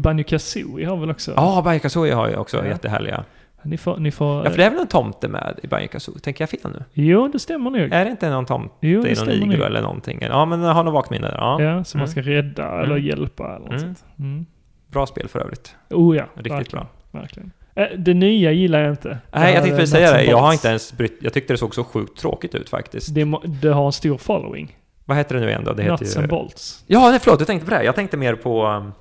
A: Banjo Kazooie har väl också?
B: Ja, Banjo-Kazooie har ju också
A: Ja.
B: jättehärliga.
A: Ni får... Ni får
B: Ja, för det är väl en tomte med i Banjo-Kazooie? Tänker jag fel nu?
A: Jo, det stämmer nog.
B: Är det inte någon tomte?
A: jo,
B: det är någon iglo eller någonting. Ja, men jag har nog vagt minne där. Ja.
A: Ja, som man
B: Mm.
A: ska rädda eller
B: Mm.
A: hjälpa eller något
B: Mm.
A: sånt. Mm.
B: Bra spel för övrigt.
A: Oh ja,
B: Riktigt
A: verkligen.
B: bra.
A: bra. Verkligen. Äh, det nya gillar jag inte.
B: Nej, jag
A: här,
B: tänkte
A: eh,
B: precis säga
A: Nuts
B: det.
A: and
B: Jag har
A: Bolts.
B: inte ens brytt... Jag tyckte det såg så sjukt tråkigt ut faktiskt.
A: Det, må- det har en stor following.
B: Vad heter det nu igen då? Det
A: Nuts
B: heter
A: and
B: ju...
A: Bolts.
B: Ja, nej, förlåt. Du tänkte på det. här. Jag tänkte mer på... Um,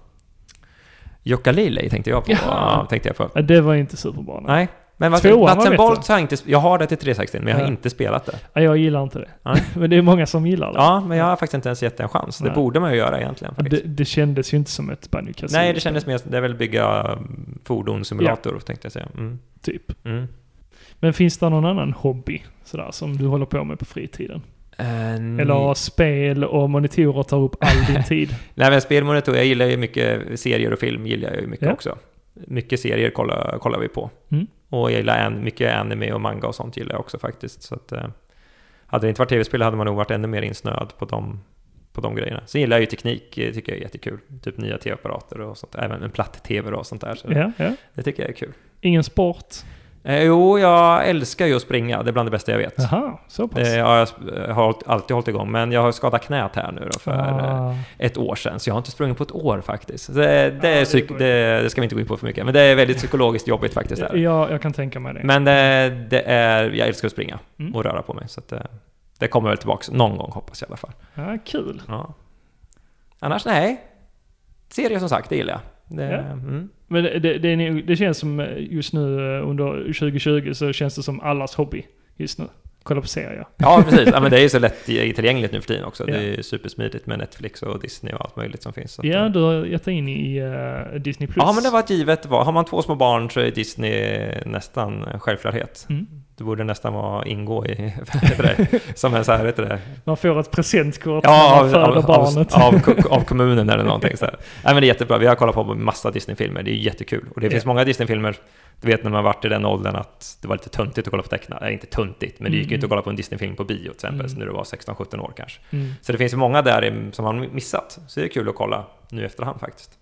B: Jockalilej tänkte jag på.
A: Ja.
B: Ja, tänkte jag på.
A: Ja, Äh, det var ju inte superbra. Nej.
B: Nej. Men vad
A: Tvåan var
B: Nuts and
A: bättre.
B: Bolts har jag inte... Jag har det till 360, men jag har
A: Ja.
B: inte spelat det.
A: Ja, Äh, Jag gillar inte det.
B: Nej.
A: Men det är många som gillar det.
B: Ja, men jag har faktiskt inte ens gett det en chans. Det
A: Nej.
B: borde man ju göra egentligen.
A: Ja, Det,
B: Faktiskt.
A: det kändes ju inte som ett Banjo Kazooie.
B: Nej, det kändes mer... Det är väl bygga um, fordonssimulator, tänkte jag säga. Mm.
A: Typ.
B: Mm.
A: Men finns det någon annan hobby sådär, som du håller på med på fritiden?
B: Eh,
A: Eller spel och monitorer tar upp all din tid?
B: Nej men spelmonitor, jag gillar ju mycket serier och film gillar jag ju mycket
A: Ja.
B: också. Mycket serier kollar, kollar vi på.
A: Mm.
B: Och jag gillar an, mycket anime och manga och sånt gillar jag också faktiskt. Så att, eh, hade det inte varit tv-spel hade man nog varit ännu mer insnöad på de, på de grejerna. Sen gillar jag ju teknik, eh, tycker jag är jättekul. Typ nya tv-apparater och sånt, även en platt-tv och sånt där. Så
A: ja, ja.
B: Det tycker jag är kul.
A: Ingen sport?
B: Eh, jo, jag älskar ju att springa, det är bland det bästa jag vet.
A: Jaha, så pass.
B: Eh, ja, jag sp- har hållit- alltid hållit igång, men jag har skadat knät här nu då för eh,
A: ah,
B: ett år sedan, så jag har inte sprungit på ett år faktiskt. Så det, det, är
A: det
B: psyk-
A: går ju.
B: det, det ska vi inte gå in på för mycket, men det är väldigt psykologiskt jobbigt faktiskt. Där.
A: ja, jag kan tänka mig det.
B: Men det, det är, jag älskar att springa
A: Mm.
B: och röra på mig, så att det, det kommer väl tillbaka någon gång hoppas jag i alla fall.
A: Ja, kul.
B: Ja. Annars nej, serier som sagt, det gillar jag. Det,
A: Ja.
B: mm.
A: Men det, det, det, är nog- det känns som eh, just nu eh, under 2020 så känns det som allas hobby just nu. Kolla på serier.
B: ja precis. Ja, men det är ju så lätt tillgängligt nu för tiden också. Det är ju supersmidigt med Netflix och Disney och allt möjligt som finns. Så att,
A: Ja,
B: eh,
A: du har gett dig in i eh, Disney+. Plus.
B: ja, men det var ett givet val. Har man två små barn så är Disney nästan en självklarhet.
A: Mm.
B: Det borde nästan vara ingå i, vad heter det? som en så här, heter det?
A: Man får ett presentkort när
B: Ja,
A: man
B: av,
A: föder
B: av, av,
A: barnet.
B: av, ko- av kommunen eller någonting så här. Nej men det är jättebra, vi har kollat på massa Disney-filmer, det är jättekul. Och det finns
A: Ja.
B: många Disney-filmer, du vet när man varit i den åldern att det var lite töntigt att kolla på tecknat, nej inte töntigt, men det gick ju inte att kolla på en Disney-film på bio till exempel,
A: Mm.
B: när du var 16-17 år kanske.
A: Mm.
B: Så det finns ju många där i- som man missat, så det är kul att kolla nu i efterhand faktiskt.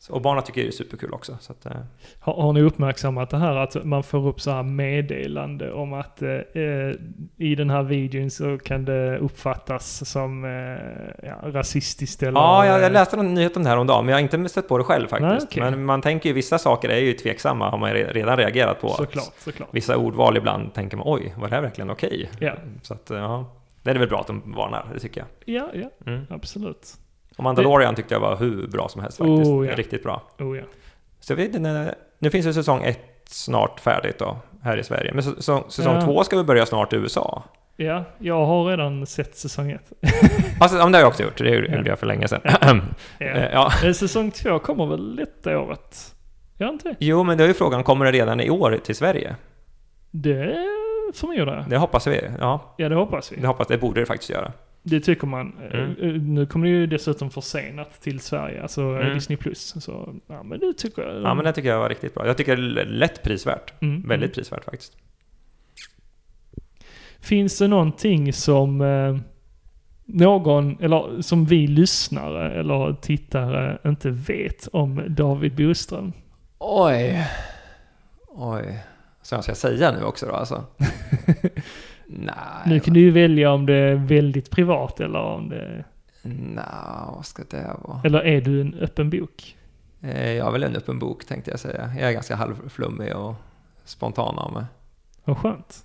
B: Så, och barnen tycker det är superkul också. Så att, eh,
A: Har, har ni uppmärksammat det här att man får upp så här meddelande om att eh, eh, i den här videon så kan det uppfattas som eh, ja, rasistiskt eller...
B: ja, jag, jag
A: eh,
B: läste någon nyhet om det här om dagen, men jag har inte stött på det själv faktiskt.
A: Nej, okej.
B: Men man tänker ju, vissa saker är ju tveksamma, har man re- redan reagerat på.
A: Såklart, såklart.
B: vissa ordval ibland tänker man oj, var det här verkligen okej?
A: Ja.
B: Så att, ja. Det är väl bra att de varnar, det tycker jag.
A: Ja, ja,
B: Mm.
A: absolut.
B: Och Mandalorian tyckte jag var hur bra som helst faktiskt.
A: Oh, ja.
B: Riktigt bra.
A: Oh ja.
B: Så jag vet, inte när- nu finns ju säsong ett snart färdigt då, här i Sverige. Men säsong, säsong
A: Ja.
B: två ska väl börja snart i USA?
A: Ja, jag har redan sett säsong ett.
B: Alltså, ja, men det har jag också gjort, det gjorde
A: Ja.
B: gjorde jag för länge sedan.
A: Ja.
B: Eh, ja.
A: Eh, Säsong två kommer väl detta året? Gör inte det?
B: Jo, men då är ju frågan, kommer det redan i år till Sverige?
A: Det förmodar jag.
B: Det hoppas vi. Ja,
A: Ja, det hoppas vi.
B: det, hoppas, det borde det faktiskt göra.
A: Det tycker man.
B: Mm.
A: Eh, eh, Nu kommer det ju dessutom försenat till Sverige, alltså eh,
B: Mm.
A: Disney+. Plus. Så, ja men det tycker jag.
B: Ja, men det tycker jag var riktigt bra. Jag tycker det är lätt prisvärt.
A: Mm.
B: Väldigt prisvärt faktiskt.
A: Finns det någonting som eh, någon, eller som vi lyssnare eller tittare inte vet om David Boström?
B: Oj. Oj. Så jag ska säga nu också då alltså? Nej.
A: Nu kan du ju välja om det är väldigt privat eller om det...
B: Nja, vad ska det vara?
A: Eller är du en öppen bok?
B: Eh, Jag har väl en öppen bok tänkte jag säga. Jag är ganska halvflummig och spontan av mig.
A: Vad skönt.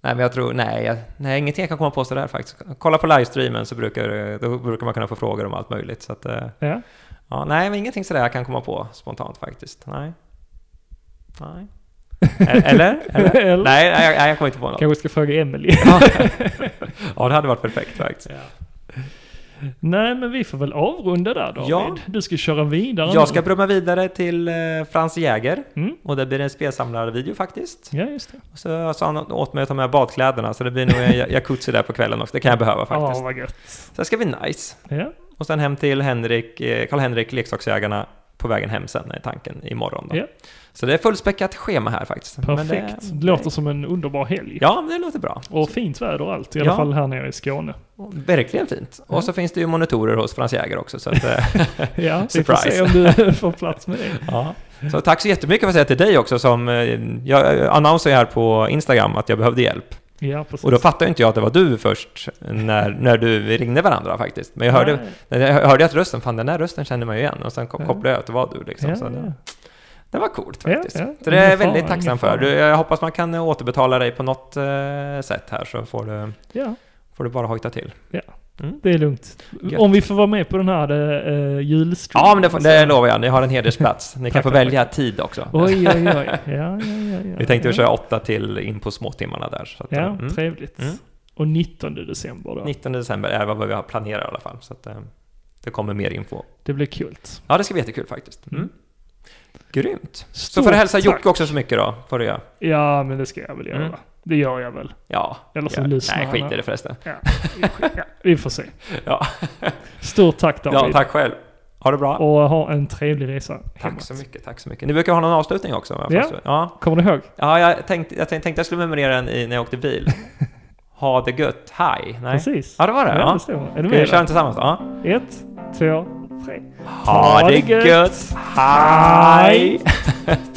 B: Nej, men jag tror, nej, jag, nej, ingenting jag kan komma på sådär faktiskt. Kolla på livestreamen så brukar, det- då brukar man kunna få frågor om allt möjligt. Så att, eh,
A: Ja.
B: ja, nej, men ingenting sådär jag kan komma på spontant faktiskt. Nej. Nej. Eller? Eller?
A: Eller?
B: Nej, nej, jag, jag kommer inte på något.
A: Kanske ska fråga Emelie.
B: Ja. ja, det hade varit perfekt faktiskt.
A: Nej, men vi får väl avrunda där David.
B: Ja.
A: Du ska köra vidare. nu.
B: Jag ska brumma vidare till eh, Frans Jäger.
A: Mm.
B: Och det blir en spelsamlarvideo faktiskt.
A: Ja, just det.
B: Och så sa han åt mig att ta med badkläderna, så det blir nog en ja- jacuzzi där på kvällen också. Det kan jag behöva
A: Ja,
B: faktiskt.
A: vad gött.
B: Så det ska bli nice.
A: Ja.
B: Och sen hem till Henrik, eh, Karl-Henrik, Leksaksjägarna, på vägen hem sen är tanken imorgon. Då.
A: Ja.
B: Så det är fullspäckat schema här faktiskt. Men eh, det-
A: Perfekt. Det, låter som en underbar helg.
B: Ja, men det låter bra.
A: Och fint väder och allt, i alla
B: Ja.
A: fall här nere i Skåne.
B: Verkligen fint. Och så finns det ju monitorer hos Frans Jäger också. Så, att, eh,
A: Ja, vi får
B: Surprise.
A: se om du får plats med det.
B: Ja. Så tack så jättemycket för att säga till dig också som eh, jag eh, annonsade här på Instagram att jag behövde hjälp.
A: Ja, precis.
B: Och då fattade inte jag att det var du först när, när du vi ringde varandra faktiskt. Men jag hörde,
A: Nej.
B: när jag hörde att rösten, fan den där rösten känner man ju igen. Och sen ko-
A: Ja.
B: kopplade jag att det var du liksom.
A: Ja,
B: så
A: ja.
B: det, det var coolt
A: Ja,
B: faktiskt.
A: ja.
B: Så det är
A: Ingen
B: jag väldigt
A: fara, ingen
B: tacksam
A: fara.
B: för. Du, jag hoppas man kan eh, återbetala dig på något eh, sätt här så får du,
A: ja,
B: får du bara hojta till.
A: det är lugnt.
B: Gött.
A: Om vi får vara med på den här uh, julstreamen.
B: Ja, men det, får- det
A: så-
B: lovar jag. Ni har en hedersplats. Ni
A: Tack,
B: kan få
A: tack,
B: välja tid också.
A: Oj, oj, oj. Ja, ja, ja, ja.
B: Vi tänkte
A: ja.
B: ju köra åtta till in på småtimmarna där. Så att,
A: Mm. Ja,
B: eh, mm.
A: trevligt.
B: Mm.
A: Och 19 december då.
B: 19 december är vad vi har planerat i alla fall. Så att, eh, det kommer mer info.
A: Det blir kul.
B: Ja, det ska bli jättekul faktiskt. Mm. Grymt. Så
A: Stort
B: får du hälsa
A: tack.
B: Jocke också så mycket då, får du göra.
A: Ja, men det ska jag väl göra.
B: Mm.
A: Det gör jag väl.
B: Ja.
A: Eller så
B: ja.
A: lyssnar
B: Nej,
A: han
B: skit
A: här.
B: i det förresten.
A: Ja, ja, vi får se.
B: Ja.
A: Stort tack David.
B: ja, tack själv. Ha det bra.
A: Och ha en trevlig resa
B: Tack
A: hemåt.
B: så mycket, tack så mycket. Ni brukar ha någon avslutning också? va?
A: Ja.
B: Fast- ja.
A: Kommer du ihåg?
B: ja jag, tänkte, jag tänkte jag skulle memorera den i, när jag åkte bil. ha det gött, hej. Nej.
A: Precis.
B: Ja, det var det.
A: Ja,
B: Ja,
A: det stämmer. Är du
B: Ska vi
A: med?
B: köra
A: då?
B: den tillsammans? då? Ja.
A: Ett, två, tre.
B: Ha det gött, er hej.